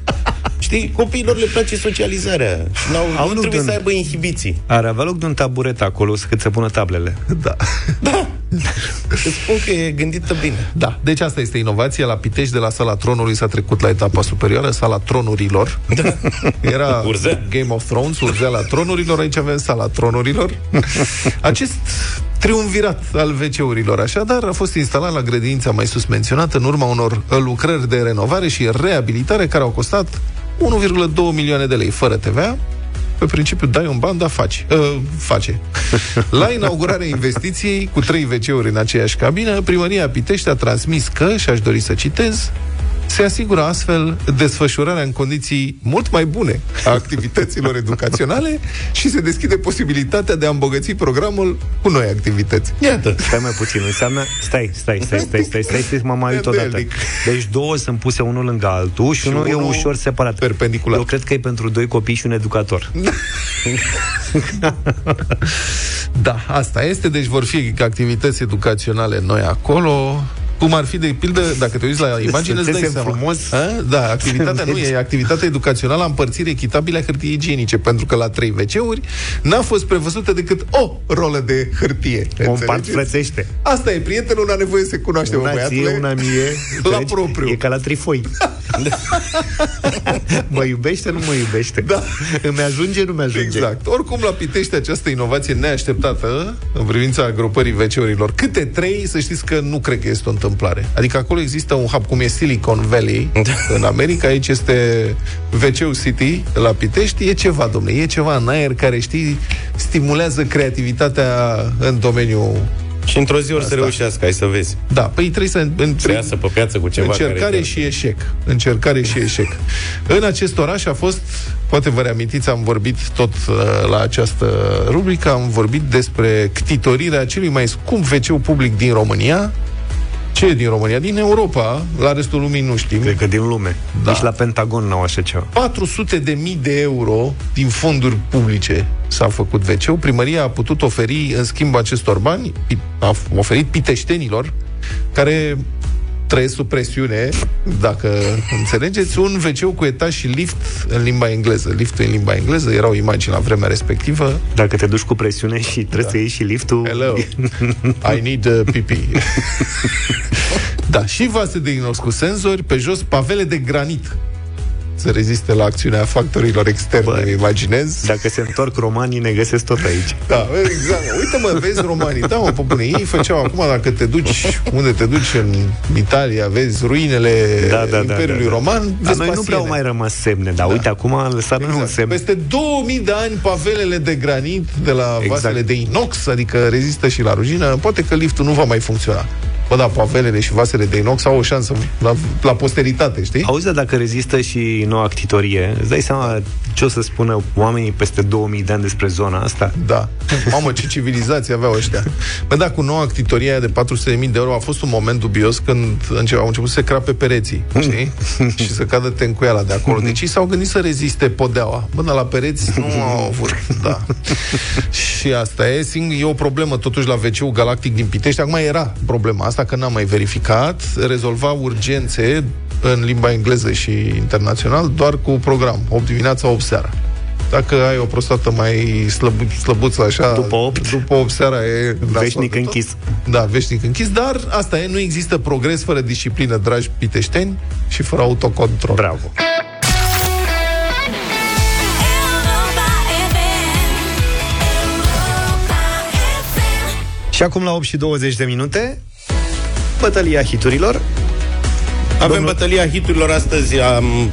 Speaker 5: Știi, copiilor le place socializarea. Și N-au,
Speaker 2: Au
Speaker 5: nu
Speaker 2: loc
Speaker 5: trebuie
Speaker 2: de-
Speaker 5: să aibă inhibiții.
Speaker 2: Ar avea loc de un taburet acolo să cât se pună tablele.
Speaker 3: Da.
Speaker 5: Îți spun că e gândită bine.
Speaker 3: Da, deci asta este inovația. La Pitești, de la sala tronului s-a trecut la etapa superioară, sala tronurilor. Era
Speaker 5: Urzea.
Speaker 3: Game of Thrones, urzeala tronurilor, aici avem sala tronurilor. Acest triumvirat al WC-urilor, așadar, a fost instalat la grădința mai sus menționată în urma unor lucrări de renovare și reabilitare care au costat 1,2 milioane de lei fără TVA, pe principiu dai un ban, da, faci. Uh, face. La inaugurarea investiției, cu trei WC-uri în aceeași cabină, primăria Pitești a transmis că, și aș dori să citez, se asigură astfel desfășurarea în condiții mult mai bune a activităților educaționale și se deschide posibilitatea de a îmbogăți programul cu noi activități.
Speaker 5: Iată.
Speaker 2: Stai mai puțin, înseamă... Stai, stai, stai, stai, stai, stai, stai, m-am mai uit odată.
Speaker 3: Nedelnic.
Speaker 2: Deci două sunt puse unul lângă altul și, unul,
Speaker 3: unul
Speaker 2: e ușor separat.
Speaker 3: perpendicular.
Speaker 2: Eu cred că e pentru doi copii și un educator.
Speaker 3: Da, asta este, deci vor fi activități educaționale noi acolo. Cum ar fi, de pildă, dacă te uiți la imagine, îți dai
Speaker 2: Sunteți
Speaker 3: seama.
Speaker 2: frumos.
Speaker 3: A? Da, activitatea nu
Speaker 2: Sunteți.
Speaker 3: e activitatea educațională a împărțirii echitabile a hârtiei igienice, pentru că la trei WC-uri n-a fost prevăzută decât o rolă de hârtie.
Speaker 2: O împart
Speaker 3: înțelegeți?
Speaker 2: frățește.
Speaker 3: Asta e, prietenul, n-a nevoie să se cunoaște, mă,
Speaker 2: Una ție,
Speaker 3: băiatule.
Speaker 2: una mie.
Speaker 3: La
Speaker 2: înțelegi?
Speaker 3: propriu.
Speaker 2: E ca la trifoi. mă iubește, nu mă iubește.
Speaker 3: Da.
Speaker 2: Îmi ajunge, nu mi ajunge.
Speaker 3: Exact. Oricum, la Pitești, această inovație neașteptată în privința grupării WC-urilor, câte trei, să știți că nu cred că este o întâmplare. Adică acolo există un hub cum e Silicon Valley
Speaker 2: Da.
Speaker 3: în America, aici este wc City la Pitești, e ceva, domne, e ceva în aer care, știi, stimulează creativitatea în domeniul
Speaker 5: Și într-o zi ori să reușească, ai să vezi.
Speaker 3: da, păi trebuie să în,
Speaker 5: Să iasă pe piață cu ceva
Speaker 3: Încercare
Speaker 5: care...
Speaker 3: și eșec. Încercare și eșec. În acest oraș a fost, poate vă reamintiți, am vorbit tot uh, la această rubrică, am vorbit despre ctitorirea celui mai scump wc public din România, Ce e din România? Din Europa, la restul lumii nu știm.
Speaker 2: Cred că din lume. Da. Nici la Pentagon n-au așa ceva.
Speaker 3: 400 de mii de euro din fonduri publice s-a făcut wc Primăria a putut oferi, în schimb acestor bani, pi- a f- oferit piteștenilor care trăiesc sub presiune, dacă înțelegeți, un wc cu etaj și lift în limba engleză. Liftul în limba engleză, era o imagine la vremea respectivă.
Speaker 2: Dacă te duci cu presiune și trebuie da. să iei și liftul...
Speaker 3: Hello, I need uh, PP. da, și vase de inox cu senzori, pe jos pavele de granit să reziste la acțiunea factorilor externe, Bă, Da. imaginez.
Speaker 2: Dacă se întorc romanii, ne găsesc tot aici.
Speaker 3: Da, exact. Uite mă, vezi romanii, da mă, pe bune, ei făceau acum, dacă te duci, unde te duci în Italia, vezi ruinele da, da, Imperiului da, da, da. Roman, vezi
Speaker 2: Dar noi nu
Speaker 3: pasiene.
Speaker 2: prea au mai rămas semne, dar da. uite, acum am lăsat exact. un semn.
Speaker 3: Peste 2000 de ani, pavelele de granit de la
Speaker 2: Exact.
Speaker 3: exact. vasele de inox, adică rezistă și la rujină, poate că liftul nu va mai funcționa. Bă, da, pavelele și vasele de inox au o șansă la, la posteritate, știi?
Speaker 2: Auzi, dar dacă rezistă și noua actitorie, îți dai seama ce o să spună oamenii peste 2000 de ani despre zona asta?
Speaker 3: Da. Mamă, ce civilizație aveau ăștia. Bă, da, cu noua actitorie aia de 400.000 de euro a fost un moment dubios când înce- au început să se crape pereții, știi? și să cadă tencuiala de acolo. Deci ei s-au gândit să reziste podeaua. Bă, dar la pereți nu au avut. Da. și asta e, sing- e o problemă totuși la wc Galactic din Pitești. Acum era problema asta, că n-am mai verificat. Rezolva urgențe în limba engleză și internațional doar cu program. 8 dimineața, 8 seara. Dacă ai o prostată mai slăbu- slăbuță așa...
Speaker 2: După opt?
Speaker 3: După 8 seara e...
Speaker 2: Veșnic
Speaker 3: nasol de tot.
Speaker 2: închis.
Speaker 3: Da, veșnic închis, dar asta e, nu există progres fără disciplină, dragi piteșteni, și fără autocontrol.
Speaker 2: Bravo!
Speaker 10: Europa FM, Europa FM.
Speaker 2: Și acum la 8 și 20 de minute, bătălia hiturilor.
Speaker 5: Avem
Speaker 2: Domnul-
Speaker 5: bătălia hiturilor astăzi. Am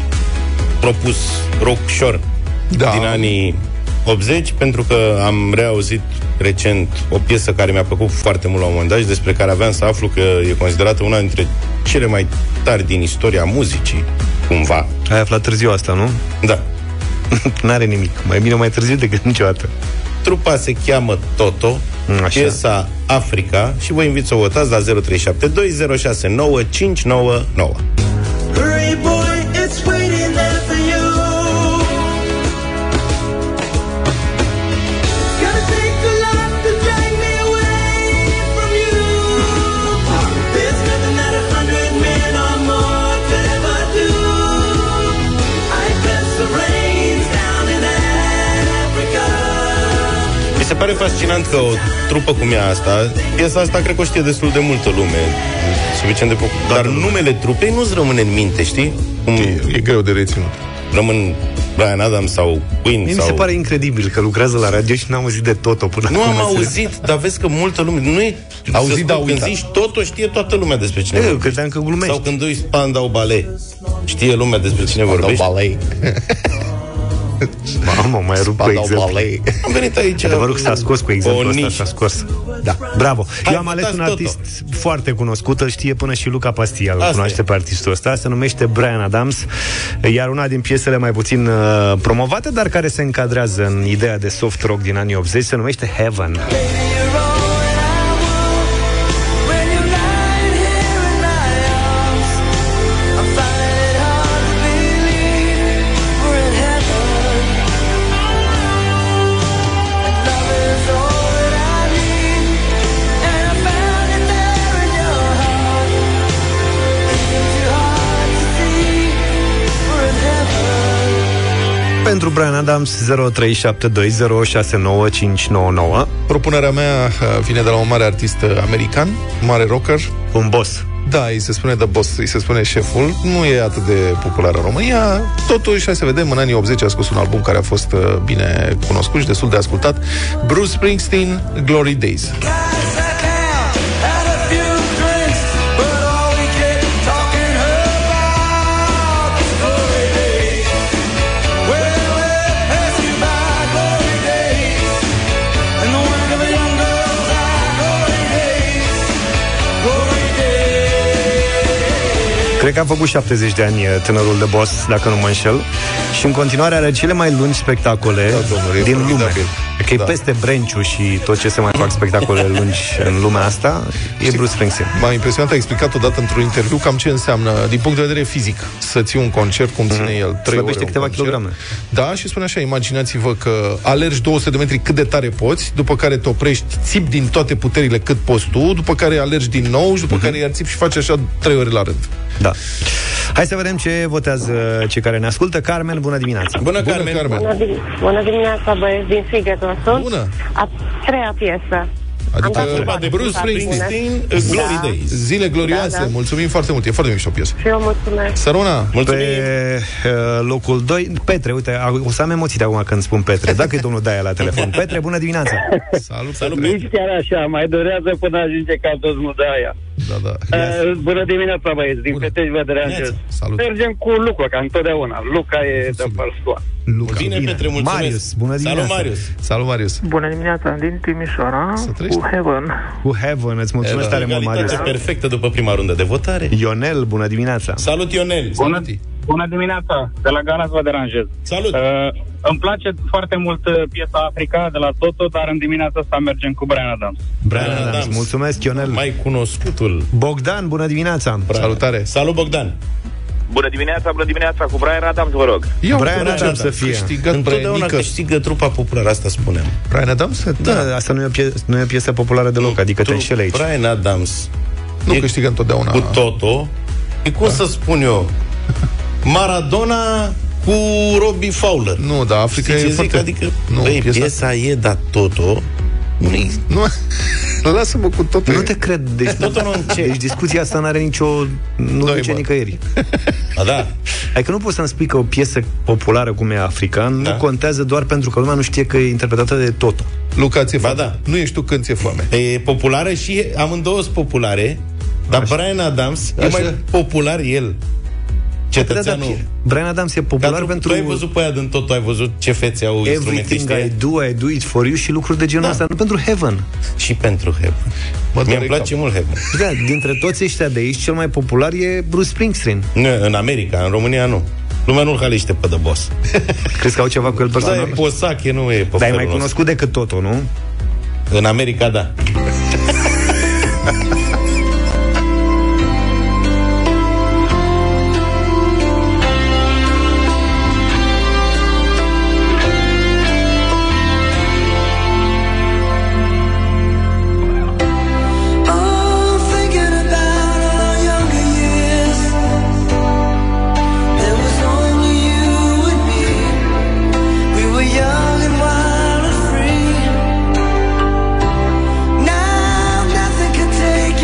Speaker 5: propus Rockshore
Speaker 3: Da.
Speaker 5: da. din anii 80 pentru că am reauzit recent o piesă care mi-a plăcut foarte mult la un moment dat și despre care aveam să aflu că e considerată una dintre cele mai tari din istoria muzicii, cumva.
Speaker 2: Ai aflat târziu asta, nu?
Speaker 5: Da.
Speaker 2: N-are nimic. Mai bine mai târziu decât niciodată.
Speaker 5: Trupa se cheamă Toto,
Speaker 2: Așa.
Speaker 5: Așa. piesa Africa și vă invit să o votați la 0372069599.
Speaker 10: Hurry, boy, it's waiting there for you. Gonna take a lot to drag me away from you. There's nothing that a hundred men or more could ever do. I press the reins down in Africa.
Speaker 5: Mi se pare fascinant că o trupă cum e asta, piesa asta cred că o știe destul de multă lume, suficient de poc. Dar numele trupei nu-ți rămâne în minte, știi? Cum
Speaker 3: E greu de reținut.
Speaker 5: rămân Brian Adams sau Queen
Speaker 2: Mie
Speaker 5: sau...
Speaker 2: mi se pare incredibil că lucrează la radio și n-am auzit de tot până
Speaker 5: Nu
Speaker 2: acum.
Speaker 5: am auzit, dar vezi că multă lume... Nu e...
Speaker 3: Auzit,
Speaker 5: să spun,
Speaker 3: dar
Speaker 5: Când
Speaker 3: uitat.
Speaker 5: zici tot, o știe toată lumea despre cine
Speaker 2: Eu
Speaker 5: vorbești.
Speaker 2: credeam că glumești.
Speaker 5: Sau când dui Spandau Ballet, știe lumea despre cine vorbești.
Speaker 3: balei.
Speaker 2: Mamă, mai exact. rup cu exemplu.
Speaker 3: balei.
Speaker 5: Am venit aici...
Speaker 2: Adevărul că s-a scos cu exemplu
Speaker 5: o
Speaker 2: ăsta,
Speaker 5: nișă.
Speaker 2: s-a scos. Da. Bravo.
Speaker 5: Hai,
Speaker 2: Eu am ales un
Speaker 5: votați
Speaker 2: artist foarte cunoscut, îl știe până și Luca Pastia, îl
Speaker 5: Asta
Speaker 2: cunoaște
Speaker 5: e.
Speaker 2: pe artistul ăsta, se numește Brian Adams, iar una din piesele mai puțin uh, promovate, dar care se încadrează în ideea de soft rock din anii 80, se numește Heaven. Pentru Brian Adams 0372069599,
Speaker 3: Propunerea mea uh, vine de la un mare artist uh, american, mare rocker.
Speaker 2: un boss.
Speaker 3: Da, îi se spune de boss, îi se spune șeful. Nu e atât de popular în România. Totuși, hai să vedem, în anii 80 a scos un album care a fost uh, bine cunoscut și destul de ascultat. Bruce Springsteen, Glory Days.
Speaker 2: Cred că a făcut 70 de ani tânărul de boss, dacă nu mă înșel. Și în continuare are cele mai lungi spectacole da,
Speaker 3: domnule,
Speaker 2: din
Speaker 3: e
Speaker 2: lume.
Speaker 3: formidabil.
Speaker 2: Că
Speaker 3: Da.
Speaker 2: e peste Brenciu și tot ce se mai fac spectacole lungi în lumea asta. E Bruce Springsteen.
Speaker 3: M-a impresionat, a explicat odată într-un interviu cam ce înseamnă, din punct de vedere fizic, să ții un concert cum ține el. Trei
Speaker 2: Mhm. Slăbește
Speaker 3: ore un
Speaker 2: câteva
Speaker 3: concert.
Speaker 2: kilograme.
Speaker 3: Da, și spune așa, imaginați-vă că alergi 200 de metri cât de tare poți, după care te oprești, țipi din toate puterile cât poți tu, după care alergi din nou și după
Speaker 2: Mhm.
Speaker 3: care iar țipi și faci așa trei ore la rând.
Speaker 2: Da. Hai să vedem ce votează cei care ne ascultă. Carmen, bună dimineața!
Speaker 3: Bună, Carmen.
Speaker 12: Bună, dim- bună dimineața, băieți, din Sighetul sunt. Bună! A treia piesă.
Speaker 3: Adică
Speaker 12: dat un pas
Speaker 3: Bruce
Speaker 12: în
Speaker 3: Springsteen,
Speaker 12: bine.
Speaker 3: Glory
Speaker 12: Da.
Speaker 3: Days. Zile glorioase,
Speaker 12: Da, da.
Speaker 3: mulțumim foarte mult, e foarte mișto piesă.
Speaker 12: Și eu mulțumesc.
Speaker 3: Sărona,
Speaker 2: Pe uh, locul 2, Petre, uite, a- o să am emoții de acum când spun Petre. Dacă e domnul Daia la telefon. Petre, bună dimineața!
Speaker 3: Salut,
Speaker 13: Salut Nici chiar așa, mai durează până ajunge ca toți mudaia.
Speaker 3: Da, da.
Speaker 13: Uh, bună dimineața, băieți, din Petești vă deranjez. Mergem cu Luca, ca întotdeauna. Luca e de Părscoa.
Speaker 3: Luca.
Speaker 5: Bine, Petre, mulțumesc.
Speaker 2: Marius, bună dimineața!
Speaker 5: Salut, Marius.
Speaker 3: Salut, Marius!
Speaker 14: Bună dimineața, din Timișoara,
Speaker 3: cu
Speaker 14: Heaven.
Speaker 2: Cu Heaven, îți mulțumesc tare mult, Marius!
Speaker 5: da. Egalitate perfectă după prima rundă de votare.
Speaker 2: Ionel, bună dimineața!
Speaker 5: Salut, Ionel!
Speaker 15: Bună, bună dimineața, de la Galați vă deranjez.
Speaker 5: Salut!
Speaker 15: Uh, îmi place foarte mult uh, piesa Africa de la Toto, dar în dimineața asta mergem cu Brian Adams.
Speaker 2: Brian Adams. Mulțumesc, Ionel.
Speaker 5: Mai cunoscutul.
Speaker 2: Bogdan, bună dimineața!
Speaker 3: Salutare!
Speaker 5: Salut, Bogdan!
Speaker 16: Bună dimineața, bună dimineața, cu Brian Adams, vă rog.
Speaker 2: Ia Brian uite, Brian Adams Adams. să fie.
Speaker 5: Câștigat Întotdeauna
Speaker 2: Brăienică.
Speaker 5: câștigă trupa populară, asta spuneam.
Speaker 3: Brian Adams?
Speaker 2: Da, asta nu e, o pie- nu e o piesă populară deloc, adică te înșeli aici.
Speaker 5: Brian Adams.
Speaker 3: Nu câștigă întotdeauna.
Speaker 5: Cu Toto. E cum să spun eu? Maradona cu Robbie Fowler.
Speaker 3: Nu, da, Africa
Speaker 5: Știi
Speaker 3: e
Speaker 5: ce zic?
Speaker 3: foarte-
Speaker 5: Adică,
Speaker 3: Nu,
Speaker 5: băi,
Speaker 3: piesa-
Speaker 5: piesa... e, da, Toto. Nu-i...
Speaker 3: Nu, lasă-mă cu Toto.
Speaker 2: Nu te cred, deci,
Speaker 5: Toto nu încerc.
Speaker 2: deci discuția asta nu are nicio... nu
Speaker 5: Doi,
Speaker 2: duce
Speaker 5: bă.
Speaker 2: nicăieri.
Speaker 5: A, da.
Speaker 2: Adică nu poți să-mi spui că o piesă populară cum e Africa nu
Speaker 5: Da.
Speaker 2: contează doar pentru că lumea nu știe că e interpretată de Toto.
Speaker 3: Luca, ți-e
Speaker 5: foame. Da.
Speaker 3: Nu ești tu când ți-e foame.
Speaker 5: E populară și amândouă sunt populare, dar Brian Adams e
Speaker 2: Așa.
Speaker 5: mai popular el. Cetățeanul.
Speaker 2: Da, da, Brian Adams e
Speaker 5: Dar
Speaker 2: popular
Speaker 5: tu,
Speaker 2: pentru
Speaker 5: tu ai văzut pe aia din tot, tu ai văzut ce fețe au
Speaker 2: Everything
Speaker 5: instrumentiștii
Speaker 2: I do, I do it for you și lucruri de genul
Speaker 5: Da.
Speaker 2: ăsta, nu pentru Heaven.
Speaker 5: Și pentru Heaven. Mi-a place mult Heaven.
Speaker 2: Da, dintre toți ăștia de aici, cel mai popular e Bruce Springsteen.
Speaker 5: Nu, în America, în România nu. Lumea nu-l halește pe The Boss.
Speaker 2: Crezi că au ceva cu el
Speaker 5: Da, e
Speaker 2: personal?
Speaker 5: posache, nu e pe
Speaker 2: Dar e mai
Speaker 5: felul nostru.
Speaker 2: cunoscut decât Toto, nu?
Speaker 5: În America, da.
Speaker 10: Oh, thinking about our younger years. There was only you and me. We were young and wild and free. Now nothing can take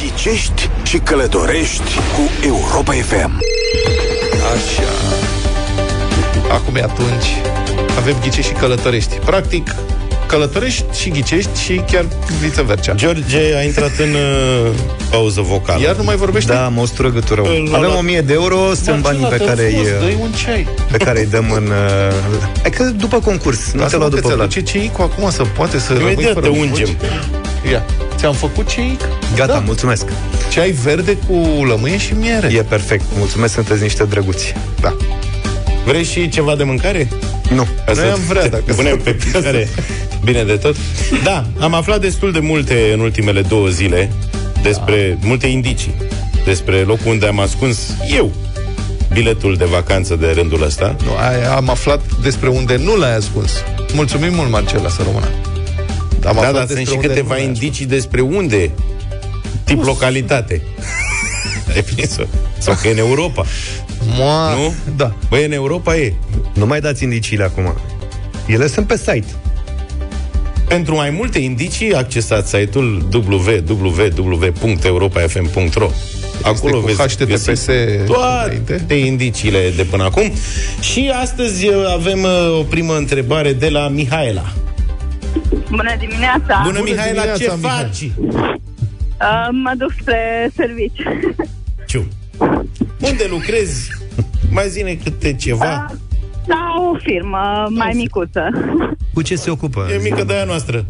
Speaker 1: răcești și călătorești cu Europa FM.
Speaker 3: Așa. Acum e atunci. Avem ghicești și călătorești. Practic, călătorești și ghicești și chiar viceversa.
Speaker 5: George a intrat în uh, pauză vocală.
Speaker 3: Iar nu mai vorbește?
Speaker 2: Da, mă o strugă tu rău.
Speaker 5: Îl-
Speaker 2: Avem 1000 de euro, sunt banii pe care îi...
Speaker 3: Dă-i un ceai.
Speaker 2: pe care îi dăm în... uh, Hai că după concurs, nu te lua după
Speaker 3: la
Speaker 2: plan.
Speaker 3: ce ceicu acum să poate să
Speaker 2: Imediat
Speaker 3: rămâi fără
Speaker 2: te ungem.
Speaker 3: mulți? Ia, ți-am făcut ceic?
Speaker 2: Gata,
Speaker 3: Da.
Speaker 2: mulțumesc.
Speaker 3: Ceai verde cu lămâie și miere.
Speaker 2: E perfect, mulțumesc, sunteți niște drăguți.
Speaker 3: Da.
Speaker 5: Vrei și ceva de mâncare?
Speaker 2: Nu.
Speaker 3: Noi am vrea, dacă
Speaker 5: punem pe picioare. Bine de tot. Da, am aflat destul de multe în ultimele două zile despre
Speaker 3: Da.
Speaker 5: multe indicii despre locul unde am ascuns eu biletul de vacanță de rândul ăsta.
Speaker 3: Nu, ai, am aflat despre unde nu l-ai ascuns. Mulțumim mult, Marcela, să rămână.
Speaker 5: Am da,
Speaker 3: aflat
Speaker 5: dar
Speaker 3: despre
Speaker 5: sunt și
Speaker 3: unde nu
Speaker 5: câteva
Speaker 3: l-ai
Speaker 5: indicii despre unde, tip localitate. Ai prins-o? Sau că e în Europa.
Speaker 3: Moa...
Speaker 5: Nu?
Speaker 3: Da.
Speaker 5: Băi, în Europa e.
Speaker 2: Nu mai dați indiciile acum. Ele sunt pe site.
Speaker 5: Pentru mai multe indicii, accesați site-ul www.europafm.ro Acolo
Speaker 3: cu
Speaker 5: veți
Speaker 3: HTTPS
Speaker 5: găsi toate indiciile de până acum. Și astăzi uh, avem uh, o primă întrebare de la Mihaela.
Speaker 17: Bună dimineața!
Speaker 5: Bună, Mihaela, ce faci?
Speaker 17: Uh, mă duc spre servici.
Speaker 5: Ciu. Unde lucrezi? Mai zine câte ceva.
Speaker 17: La o firmă mai micuță.
Speaker 2: Cu ce se ocupă?
Speaker 5: E mică de aia noastră.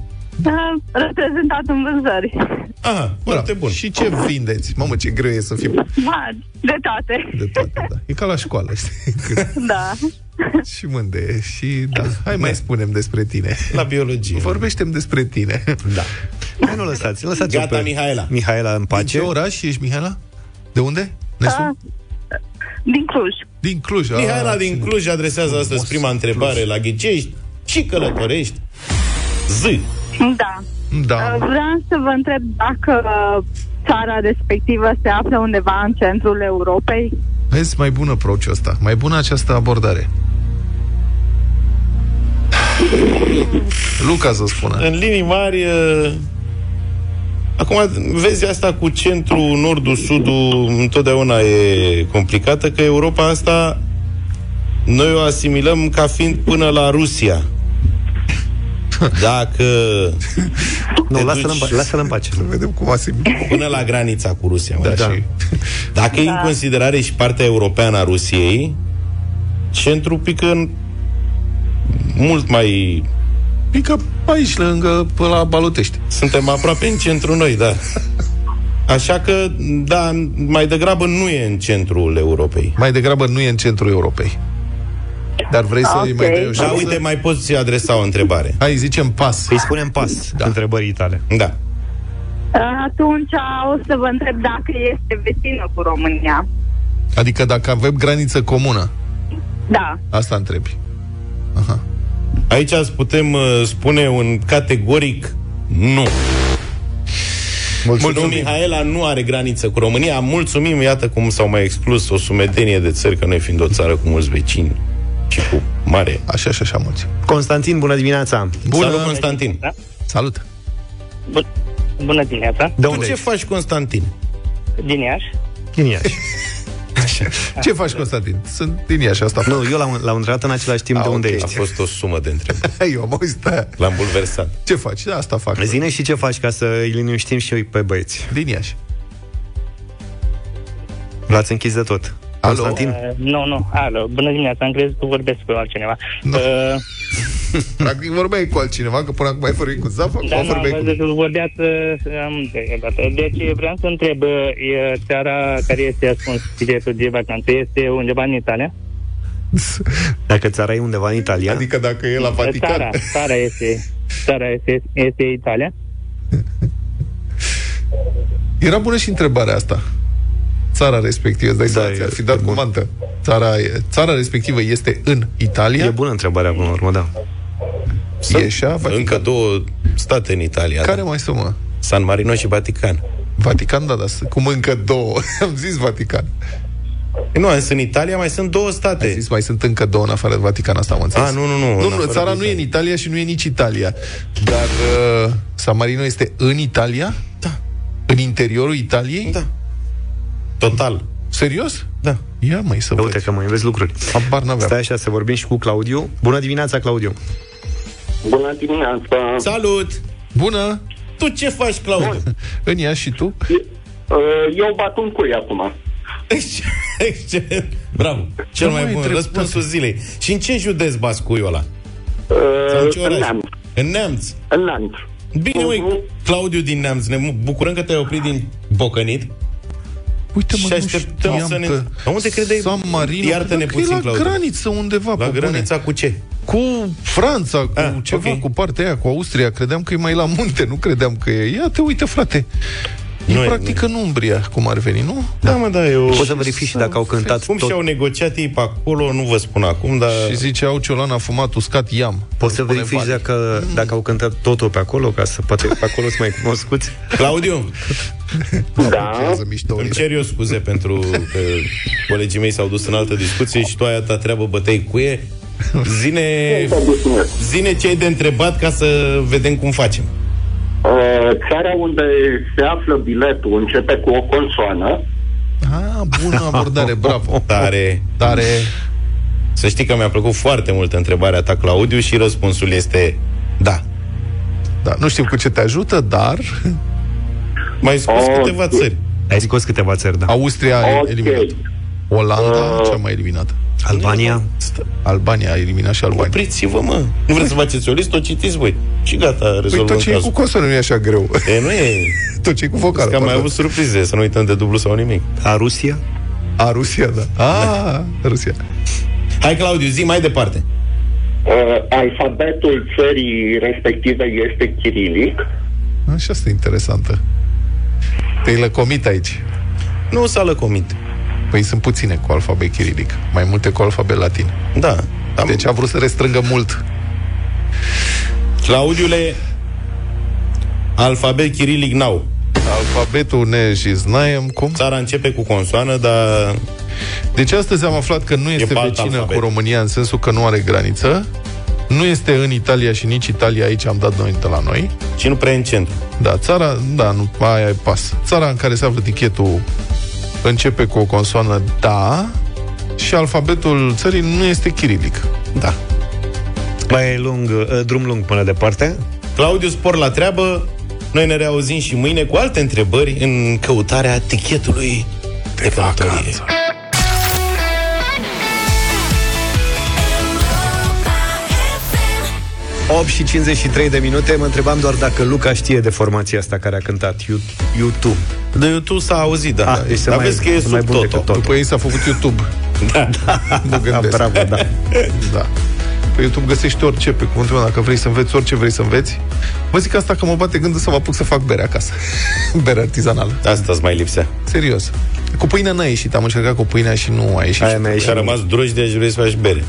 Speaker 17: Uh, reprezentat în vânzări.
Speaker 5: Aha,
Speaker 3: foarte bun. Da. Și ce vindeți? Mamă, ce greu e să fii...
Speaker 17: Ma, de toate.
Speaker 3: De toate, da. E ca la școală, știi? Că
Speaker 17: Da.
Speaker 3: și mânde, și da. Hai mai spunem despre tine.
Speaker 5: La biologie.
Speaker 3: Vorbeștem despre tine.
Speaker 5: Da.
Speaker 2: Hai, nu lăsați, lăsați-o
Speaker 3: Gata,
Speaker 2: pe
Speaker 5: Mihaela.
Speaker 2: Mihaela în pace.
Speaker 3: Ce oraș ești, Mihaela? De unde? Ne sun?
Speaker 17: Ah. Din Cluj.
Speaker 3: Din Cluj. a,
Speaker 5: Mihaela din
Speaker 3: ține.
Speaker 5: Cluj adresează astăzi prima întrebare la ghicești și călătorești. Z.
Speaker 17: Da.
Speaker 3: Da.
Speaker 17: Uh, vreau să vă întreb dacă țara respectivă se află undeva în centrul Europei.
Speaker 3: Vezi, mai bună prociul ăsta. Mai bună această abordare. Luca să spună.
Speaker 5: În linii mari... uh, Acum, vezi asta cu centrul, nordul, sudul, întotdeauna e complicată, că Europa asta noi o asimilăm ca fiind până la Rusia. Dacă
Speaker 2: Nu,
Speaker 5: te
Speaker 2: lasă-l în,
Speaker 5: duci-
Speaker 2: pa- lasă-l în pace.
Speaker 3: Vedem cum asim.
Speaker 5: Până la granița cu Rusia. Da,
Speaker 3: da.
Speaker 5: Dacă e în considerare și partea europeană a Rusiei, centru pică în mult mai...
Speaker 3: Pică pe aici, lângă, pe la Balotești.
Speaker 5: Suntem aproape în centru noi, da. Așa că, da, mai degrabă nu e în centrul Europei.
Speaker 3: Mai degrabă nu e în centrul Europei. Dar vrei să îi mai dai o
Speaker 5: Da,
Speaker 3: șansă?
Speaker 5: uite, mai poți adresa o întrebare.
Speaker 3: Hai, zicem pas.
Speaker 2: Îi spunem pas da. întrebării tale.
Speaker 5: Da.
Speaker 17: Uh, Atunci o să vă întreb dacă este vecină cu România.
Speaker 3: Adică dacă avem graniță comună,
Speaker 17: Da.
Speaker 3: asta întrebi.
Speaker 5: Aici îți putem uh, spune un categoric nu. Mulțumim. Mihaela nu are graniță cu România. Mulțumim, iată cum s-au mai exclus o sumedenie de țări, că noi fiind o țară cu mulți vecini și cu mare.
Speaker 3: Așa și așa mulți.
Speaker 2: Constantin, bună dimineața!
Speaker 5: Bună. Salut, Constantin!
Speaker 17: Da?
Speaker 10: Da?
Speaker 3: Salut!
Speaker 18: Bună dimineața, Uh,
Speaker 2: De
Speaker 5: Tu
Speaker 2: unde
Speaker 5: ce
Speaker 2: ești?
Speaker 5: faci, Constantin?
Speaker 18: din Iași.
Speaker 2: Din Iași.
Speaker 3: Ce faci, Constantin? Sunt din Iași, asta fac.
Speaker 2: Nu, eu l-am, l-am întrebat în același timp
Speaker 3: Ah,
Speaker 2: de unde
Speaker 3: ok.
Speaker 5: A
Speaker 2: ești.
Speaker 5: fost o sumă de întrebări.
Speaker 3: Eu am auzit aia.
Speaker 5: L-am bulversat.
Speaker 3: Ce faci? Da, asta fac.
Speaker 2: Zine și ce faci ca să îi liniștim și pe băieți.
Speaker 3: Din Iași.
Speaker 2: L-ați închis de tot. Constantin?
Speaker 18: Uh, nu, nu, alo, bună dimineața, am crezut că vorbesc cu altcineva. No. Uh,
Speaker 3: Practic vorbeai cu altcineva, că până acum ai vorbit cu Zafa,
Speaker 18: da,
Speaker 3: acum
Speaker 18: nu, am
Speaker 3: vorbeai cu...
Speaker 18: văzut că vorbeați uh, amândoi odată. Deci vreau să întreb, uh, e țara care este ascuns biletul de vacanță este undeva în Italia?
Speaker 2: Dacă țara e undeva în Italia, adică...
Speaker 3: Adică dacă e la
Speaker 18: Da, Țara,
Speaker 3: Vatican.
Speaker 18: țara este, țara este, este Italia?
Speaker 3: Era bună și întrebarea asta. Țara respectivă, îți dai
Speaker 2: Da,
Speaker 3: da,
Speaker 2: e-
Speaker 3: ar fi dat comantă. Țara, e- țara respectivă este în Italia,
Speaker 2: e bună întrebarea până la urmă, da.
Speaker 3: Ieșa, Vatican.
Speaker 5: Încă două state în Italia.
Speaker 3: Care
Speaker 5: Da.
Speaker 3: mai sunt, mă?
Speaker 5: San Marino și Vatican.
Speaker 3: Vatican, da, da, sunt- cum încă două. Am zis Vatican.
Speaker 5: E, Nu, însă în Italia mai sunt două
Speaker 3: Ai
Speaker 5: state.
Speaker 3: zis, mai sunt încă două în afară de Vatican, asta am înțeles.
Speaker 2: Ah,
Speaker 5: A, nu, nu, nu, în
Speaker 3: Nu, nu
Speaker 5: afară
Speaker 3: țara
Speaker 5: de
Speaker 3: nu e în Italia și nu e nici Italia. Dar uh, San Marino este în Italia? Da. În interiorul Italiei? Da.
Speaker 5: Total.
Speaker 3: Serios?
Speaker 2: Da.
Speaker 3: Ia mai să
Speaker 2: Uite că mai înveți lucruri.
Speaker 3: Habar n-aveam.
Speaker 2: Stai așa, să vorbim și cu Claudiu. Bună dimineața, Claudiu.
Speaker 19: Bună dimineața!
Speaker 5: Salut!
Speaker 3: Bună!
Speaker 5: Tu ce faci, Claudiu?
Speaker 3: În ea și tu?
Speaker 19: uh, Eu bat un cui acum.
Speaker 5: Excelent! Bravo! Cel mai
Speaker 19: mai
Speaker 5: bun
Speaker 19: întreb,
Speaker 5: răspunsul zilei. Și în ce județ bați cuiul ăla? Sau în ce
Speaker 19: Uh, În
Speaker 5: oraș?
Speaker 19: neamț.
Speaker 5: În Neamț.
Speaker 19: În neamț.
Speaker 5: Bine, uite, Claudiu din Neamț, ne bucurăm că te-ai oprit din Bocănit.
Speaker 3: Uite, mă,
Speaker 5: și
Speaker 3: nu
Speaker 5: așteptăm
Speaker 3: știam
Speaker 5: să ne...
Speaker 3: că
Speaker 5: Dar unde credeai?
Speaker 3: San Marino...
Speaker 5: Iartă-ne
Speaker 3: Dar că e
Speaker 5: puțin,
Speaker 3: la
Speaker 5: Claudiu.
Speaker 3: graniță undeva,
Speaker 5: La Ah,
Speaker 3: pe bune.
Speaker 5: granița cu ce?
Speaker 3: Cu Franța, cu A, ceva, okay. cu partea aia, cu Austria. Credeam că e mai la munte, nu credeam că e... Ia te uite, frate. E
Speaker 5: Nu e,
Speaker 3: practic în Umbria, cum ar veni, nu?
Speaker 5: Da, mă, da, eu...
Speaker 2: Poți să verifici și dacă au cântat
Speaker 5: Cum
Speaker 2: tot.
Speaker 5: și-au negociat ei pe acolo, nu vă spun acum, dar...
Speaker 3: Și zice, au ciolan a fumat, uscat, iam.
Speaker 2: Poți să verifici dacă, dacă au cântat totul pe acolo, ca să poate pe acolo să mai cunoscuți.
Speaker 5: Claudiu,
Speaker 19: Da.
Speaker 5: îmi cer eu scuze pentru că colegii mei s-au dus în altă discuție și tu ai a ta treabă bătăi cuie. Zine, zine ce ai de întrebat ca să vedem cum facem.
Speaker 19: Uh, Țara unde se află biletul începe cu o consoană.
Speaker 3: Ah, bună abordare, bravo.
Speaker 5: Tare,
Speaker 3: tare.
Speaker 5: Să știi că mi-a plăcut foarte mult întrebarea ta, Claudiu, și răspunsul este da.
Speaker 3: Da, nu știu cu ce te ajută, dar...
Speaker 5: Mai scos
Speaker 19: Oh,
Speaker 5: câteva țări.
Speaker 2: Ai scos câteva țări, da.
Speaker 3: Austria a
Speaker 19: Ok.
Speaker 3: eliminat. Olanda, cea mai eliminată.
Speaker 2: Albania.
Speaker 3: Albania a eliminat și Albania.
Speaker 5: Opriți-vă, mă! Nu vreți să faceți o listă, o citiți voi. Și gata,
Speaker 3: Păi
Speaker 5: rezolvăm
Speaker 3: tot ce e cu
Speaker 5: cazul.
Speaker 3: consolul nu e așa greu.
Speaker 5: E, nu e.
Speaker 3: Tot ce e cu da. vocală.
Speaker 5: Că am mai
Speaker 3: pardon.
Speaker 5: avut surprize, să nu uităm de dublu sau nimic.
Speaker 2: A Rusia?
Speaker 3: A, Rusia, da. A, Rusia.
Speaker 5: Hai, Claudiu, zi mai departe.
Speaker 19: Uh, alfabetul țării respective este chirilic.
Speaker 3: Așa este interesantă. Te-ai lăcomit aici.
Speaker 5: Nu s-a lăcomit.
Speaker 3: Păi sunt puține cu alfabet chirilic, mai multe cu alfabet latin.
Speaker 5: Da. Am...
Speaker 3: Deci a vrut să restrângă mult.
Speaker 5: Claudiule, alfabet chirilic n-au.
Speaker 3: Alfabetul ne și znaiem cum.
Speaker 5: Țara începe cu consoană, dar
Speaker 3: Deci astăzi am aflat că nu este
Speaker 5: pe alt
Speaker 3: vecină
Speaker 5: alfabet.
Speaker 3: cu România în sensul că nu are graniță. Nu este în Italia și nici Italia aici am dat noi de la noi.
Speaker 5: și nu prea e în centru.
Speaker 3: Da, țara, da, nu, aia e pas. Țara în care se află tichetul începe cu o consoană da și alfabetul țării nu este chirilic. Da.
Speaker 2: Mai e lung, uh, drum lung până departe.
Speaker 5: Claudiu, spor la treabă. Noi ne reauzim și mâine cu alte întrebări în căutarea tichetului de
Speaker 2: Exact.
Speaker 5: călătorie.
Speaker 2: Europa 8 și 53 de minute. Mă întrebam doar dacă Luca știe de formația asta care a cântat You- YouTube.
Speaker 5: De YouTube s-a auzit, da.
Speaker 2: Ah,
Speaker 5: da.
Speaker 2: deci se
Speaker 5: dar
Speaker 2: mai-
Speaker 5: vezi că e
Speaker 2: se mai
Speaker 5: sub
Speaker 2: bun
Speaker 5: tot.
Speaker 2: decât tot.
Speaker 3: După ei s-a făcut YouTube.
Speaker 5: Da, da.
Speaker 3: Mă gândesc.
Speaker 2: bravo, da.
Speaker 3: Da. Pe YouTube găsești orice, pe cuvântul meu, dacă vrei să înveți orice vrei să înveți. Vă zic asta că mă bate gândul să mă apuc să fac bere acasă. bere artizanală.
Speaker 5: Asta-ți mai lipsea.
Speaker 3: Serios. Cu pâinea n-a ieșit, am încercat cu pâinea și nu a ieșit.
Speaker 2: Aia mi-a
Speaker 5: Și a
Speaker 2: ieșit.
Speaker 5: rămas drojdea și vrei să faci bere.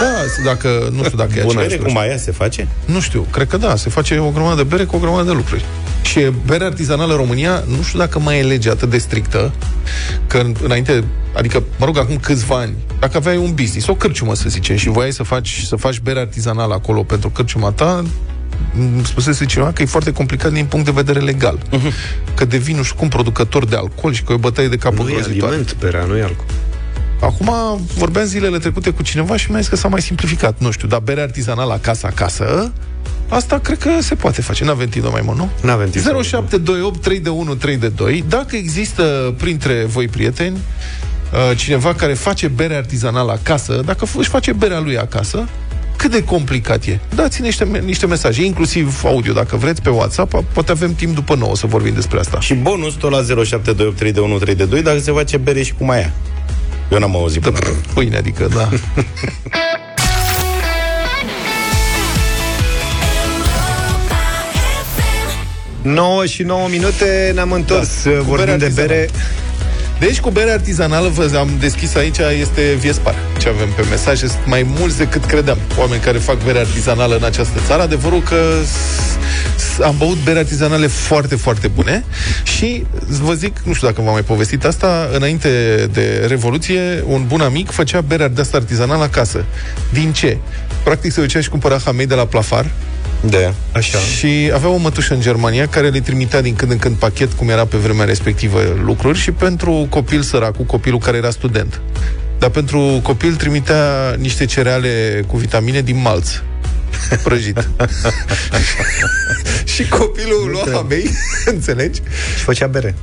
Speaker 3: Da, dacă, nu știu dacă e
Speaker 5: Bună,
Speaker 3: aceeași
Speaker 5: bere
Speaker 3: bere.
Speaker 5: cu aia se face?
Speaker 3: Nu știu, cred că da, se face o grămadă de bere cu o grămadă de lucruri. Și berea artizanală în România, nu știu dacă mai e lege atât de strictă, că în- înainte, adică, mă rog, acum câțiva ani, dacă aveai un business, o cârciumă să zicem, și voiai să faci, să faci bere artizanală acolo pentru cârciuma ta, îmi spusese cineva că e foarte complicat din punct de vedere legal.
Speaker 2: Mhm.
Speaker 3: Că devii nu știu cum producător de alcool și că e o bătaie de capul
Speaker 2: Nu e
Speaker 3: grozitoare.
Speaker 2: aliment, perea, nu e alcool.
Speaker 3: Acum vorbeam zilele trecute cu cineva și mi-a zis că s-a mai simplificat, nu știu, dar bere artizanală acasă, acasă, asta cred că se poate face. N-avem timp mai mult, nu?
Speaker 2: N-avem timp.
Speaker 3: 0728 3 de 1 3 de 2 Dacă există printre voi prieteni uh, cineva care face bere artizanală acasă, dacă f- își face berea lui acasă, cât de complicat e. Dați niște, me- niște mesaje, inclusiv audio, dacă vreți, pe WhatsApp. Poate avem timp după 9 să vorbim despre asta.
Speaker 5: Și bonus tot la 07283132 dacă se face bere și cu aia. Eu n-am auzit până acum.
Speaker 3: Pâine, adică, da.
Speaker 2: Să... 9 și 9 minute, ne-am întors. Da. Vorbim
Speaker 3: bere
Speaker 2: de bere.
Speaker 3: Deci cu bere artizanală, vă am deschis aici, este Viespar. Ce avem pe mesaje sunt mai mulți decât credeam. Oameni care fac bere artizanală în această țară. Adevărul că s- s- am băut bere artizanale foarte, foarte bune și vă zic, nu știu dacă v-am mai povestit asta, înainte de Revoluție, un bun amic făcea bere de asta artizanală acasă. Din ce? Practic se ducea și cumpăra hamei de la plafar,
Speaker 5: Da.
Speaker 2: Așa.
Speaker 3: Și avea o mătușă în Germania care le trimitea din când în când pachet, cum era pe vremea respectivă, lucruri și pentru copil săracul, copilul care era student. Dar pentru copil trimitea niște cereale cu vitamine din malț prăjit. și copilul lua mei, înțelegi?
Speaker 2: Și făcea bere.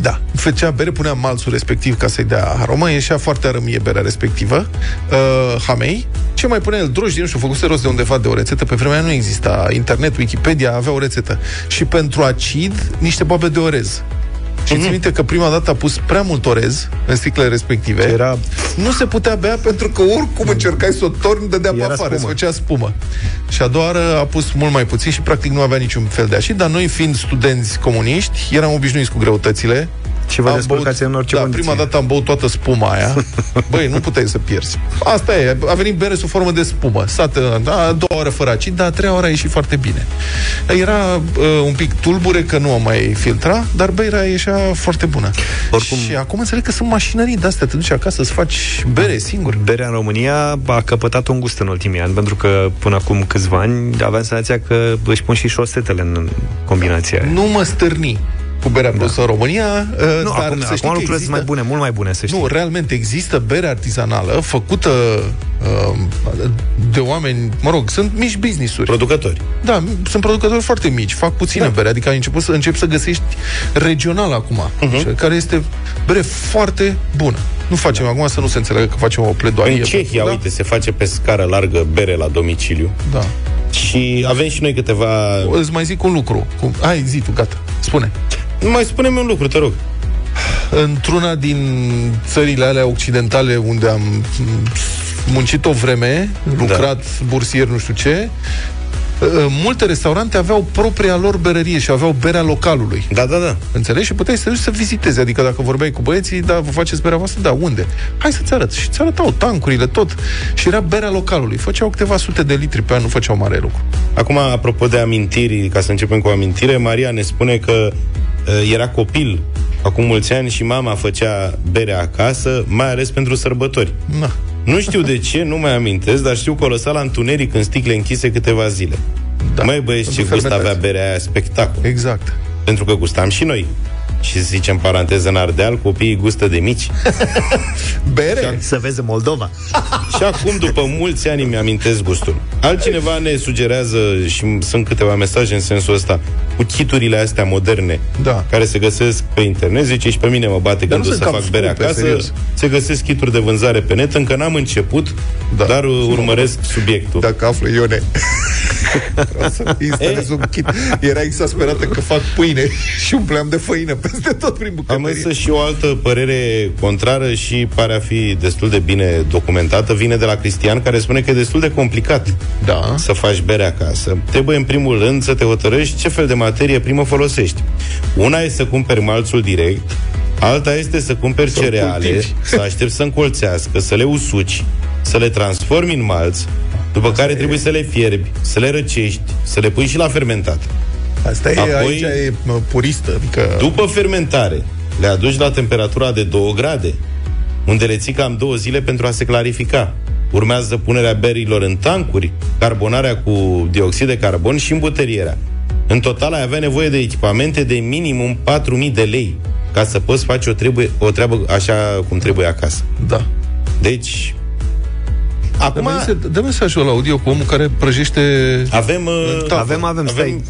Speaker 3: Da. Făcea bere, punea malțul respectiv ca să-i dea aromă, ieșea foarte arămie berea respectivă, uh, hamei. Ce mai punea el? Drojdie, nu știu, făcuse rost de undeva de o rețetă, pe vremea nu exista internet, Wikipedia, avea o rețetă. Și pentru acid, niște boabe de orez. Și
Speaker 2: Mhm.
Speaker 3: ți minte că prima dată a pus prea mult orez în sticlele respective.
Speaker 2: Era... Mm.
Speaker 3: Nu se putea bea pentru că oricum încercai să o torni, dădea pe
Speaker 2: Era
Speaker 3: afară, se
Speaker 2: spumă.
Speaker 3: făcea spumă. Și a doua oară a pus mult mai puțin și practic nu avea niciun fel de acid, dar noi fiind studenți comuniști, eram obișnuiți cu greutățile.
Speaker 2: Și vă
Speaker 3: Am
Speaker 2: descurcați
Speaker 3: băut-
Speaker 2: în orice
Speaker 3: da,
Speaker 2: condiție.
Speaker 3: prima dată am băut toată spuma aia. Băi, nu puteai să pierzi. Asta e, a venit bere sub formă de spumă. Sată, da, a doua oră fără acid, dar a treia oră a ieșit foarte bine. Era uh, un pic tulbure că nu o mai filtra, dar berea ieșea foarte bună. Oricum... Și acum înțeleg că sunt mașinării de astea, te duci acasă să faci bere singur.
Speaker 2: Berea în România a căpătat un gust în ultimii ani, pentru că până acum câțiva ani aveam senzația că își pun și șosetele în combinația aia.
Speaker 3: Nu mă stârni cu berea produsă în România, uh,
Speaker 2: Da. Nu,
Speaker 3: dar
Speaker 2: acum,
Speaker 3: să știi
Speaker 2: acum
Speaker 3: că
Speaker 2: lucrurile
Speaker 3: există...
Speaker 2: sunt mai bune, mult mai bune, să știi.
Speaker 3: Nu, realmente există bere artizanală făcută uh, de oameni, mă rog, sunt mici business-uri.
Speaker 5: Producători.
Speaker 3: Da, m- sunt producători foarte mici, fac puține da. bere, adică ai început să începi să găsești regional acum, uh-huh. care este bere foarte bună. Nu facem da. acum să nu se înțeleagă că facem o
Speaker 2: Păi
Speaker 3: pledoarie.
Speaker 5: În Cehia, da? uite, se face pe scară largă bere la domiciliu.
Speaker 3: Da.
Speaker 5: Și avem și noi câteva...
Speaker 3: Îți mai zic un lucru. Cum... Ai, zi tu, gata. Spune.
Speaker 5: Mai spune-mi un lucru, te rog.
Speaker 3: Într-una din țările alea occidentale unde am m, muncit o vreme, lucrat da. bursier, nu știu ce, uh, multe restaurante aveau propria lor berărie și aveau berea localului.
Speaker 5: Da, da, da.
Speaker 3: Înțelegi? Și puteai să te duci să vizitezi. Adică dacă vorbeai cu băieții, da, vă faceți berea voastră? Da, unde? Hai să-ți arăt. Și ți arătau tancurile, tot. Și era berea localului. Făceau câteva sute de litri pe an, nu făceau mare lucru.
Speaker 5: Acum, apropo de amintiri, ca să începem cu o amintire, Maria ne spune că uh, era copil acum mulți ani și mama făcea bere acasă, mai ales pentru sărbători.
Speaker 3: Na.
Speaker 5: Nu știu de ce, nu mai amintesc, dar știu că o lăsa la întuneric în sticle închise câteva zile. Da. Mai băieți, ce gust
Speaker 3: fermentați.
Speaker 5: avea berea aia, spectacol.
Speaker 3: Exact.
Speaker 5: Pentru că gustam și noi. Și să zicem, paranteză, în Ardeal, copiii gustă de mici.
Speaker 3: Bere?
Speaker 2: Să vezi în Moldova.
Speaker 5: Și acum, după mulți ani, îmi amintesc gustul. Altcineva ne sugerează, și m- sunt câteva mesaje în sensul ăsta, cu chiturile astea moderne,
Speaker 3: Da.
Speaker 5: care se găsesc pe internet, zice, și pe mine mă bate
Speaker 3: Dar nu
Speaker 5: gândul să
Speaker 3: sunt cam
Speaker 5: fac bere
Speaker 3: scumpe,
Speaker 5: acasă,
Speaker 3: serios.
Speaker 5: se găsesc chituri de vânzare pe net, încă n-am început,
Speaker 3: Da.
Speaker 5: da. dar uh, urmăresc subiectul.
Speaker 3: Dacă află Ione Vreau să instalez un kit Era exasperată că fac pâine Și umpleam de făină peste tot prin
Speaker 5: Am
Speaker 3: bucătărie
Speaker 5: însă și o altă părere contrară și pare a fi destul de bine documentată. Vine de la Cristian, care spune că e destul de complicat
Speaker 3: da.
Speaker 5: să faci bere acasă. Trebuie, în primul rând, să te hotărăști ce fel de materie primă folosești. Una e să cumperi malțul direct, alta este să cumperi cereale,
Speaker 3: cultivi.
Speaker 5: să aștepți să încolțească, să le usuci, să le transformi în malț, după care trebuie să le fierbi, să le răcești, să le pui și la fermentat.
Speaker 3: Asta e,
Speaker 5: Apoi-
Speaker 3: aici e mă, puristă adică...
Speaker 5: După fermentare, le aduci la temperatura de 2 grade, unde le ții cam două zile pentru a se clarifica. Urmează punerea berilor în tancuri, carbonarea cu dioxid de carbon și îmbuterierea. În total ai avea nevoie de echipamente de minimum 4.000 de lei ca să poți face o, trebuie, o treabă așa cum trebuie acasă.
Speaker 3: Da
Speaker 5: Deci, acum
Speaker 3: Dă-mi se- Dă mesajul la audio cu omul care prăjește
Speaker 5: avem... uh,
Speaker 3: tavă.
Speaker 2: Avem, avem, stai.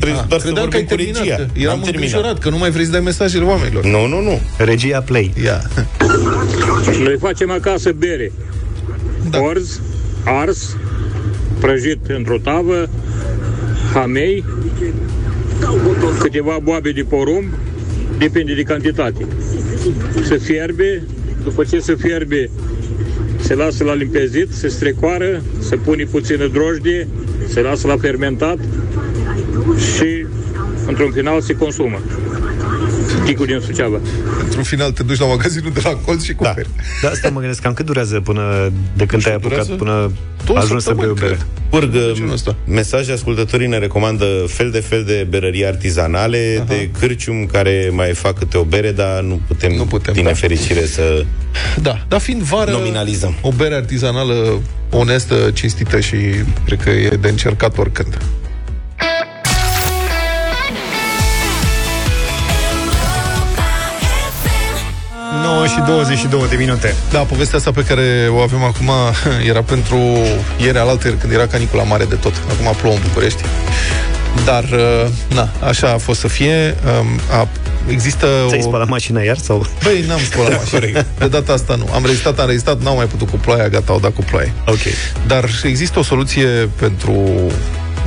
Speaker 5: Pre- doar să
Speaker 3: Ah, Credeam că ai
Speaker 5: vorbim cu
Speaker 3: terminat
Speaker 5: regia.
Speaker 3: că
Speaker 5: Am
Speaker 3: Eram
Speaker 5: terminat.
Speaker 3: îngrijorat că nu mai vrei să dai mesajele oamenilor
Speaker 5: Nu, nu, nu.
Speaker 2: Regia Play.
Speaker 3: Ia.
Speaker 20: Deci Noi facem acasă bere. Da. Orz, ars, prăjit într-o tavă, hamei, câteva boabe de porumb, depinde de cantitate. Se fierbe, după ce se fierbe, se lasă la limpezit, se strecoară, se pune puțină drojdie, se lasă la fermentat și într-un final se consumă. Sticul din Suceava.
Speaker 3: Într-un final te duci la magazinul de la colț și cumperi
Speaker 2: Da, asta mă gândesc, cam cât durează până de când te-ai apucat,
Speaker 3: durează
Speaker 2: până
Speaker 3: două
Speaker 2: ajungi să bei
Speaker 3: săptămâni,
Speaker 2: o bere.
Speaker 3: cred.
Speaker 5: Purg,
Speaker 3: Păi, ăsta.
Speaker 5: mesaje ascultătorii ne recomandă fel de fel de berării artizanale, Aha. de cârcium care mai fac câte o bere, dar nu putem,
Speaker 3: Nu putem,
Speaker 5: din
Speaker 3: da.
Speaker 5: nefericire, să
Speaker 3: Da, dar fiind vară,
Speaker 5: nominalizăm.
Speaker 3: o bere artizanală onestă, cinstită și cred că e de încercat oricând
Speaker 21: 9 și 22 de minute.
Speaker 3: Da, povestea asta pe care o avem acum era pentru ieri alaltă, când era canicula mare de tot. Acum plouă în București. Dar, uh, na, așa a fost să fie. Um, A, există
Speaker 2: Ți-ai spălat mașina iar? Sau?
Speaker 3: Băi, n-am spălat da, mașina. De data asta nu. Am rezistat, am rezistat, n-am mai putut cu ploaia, gata, au dat cu ploaie.
Speaker 2: Ok.
Speaker 3: Dar există o soluție pentru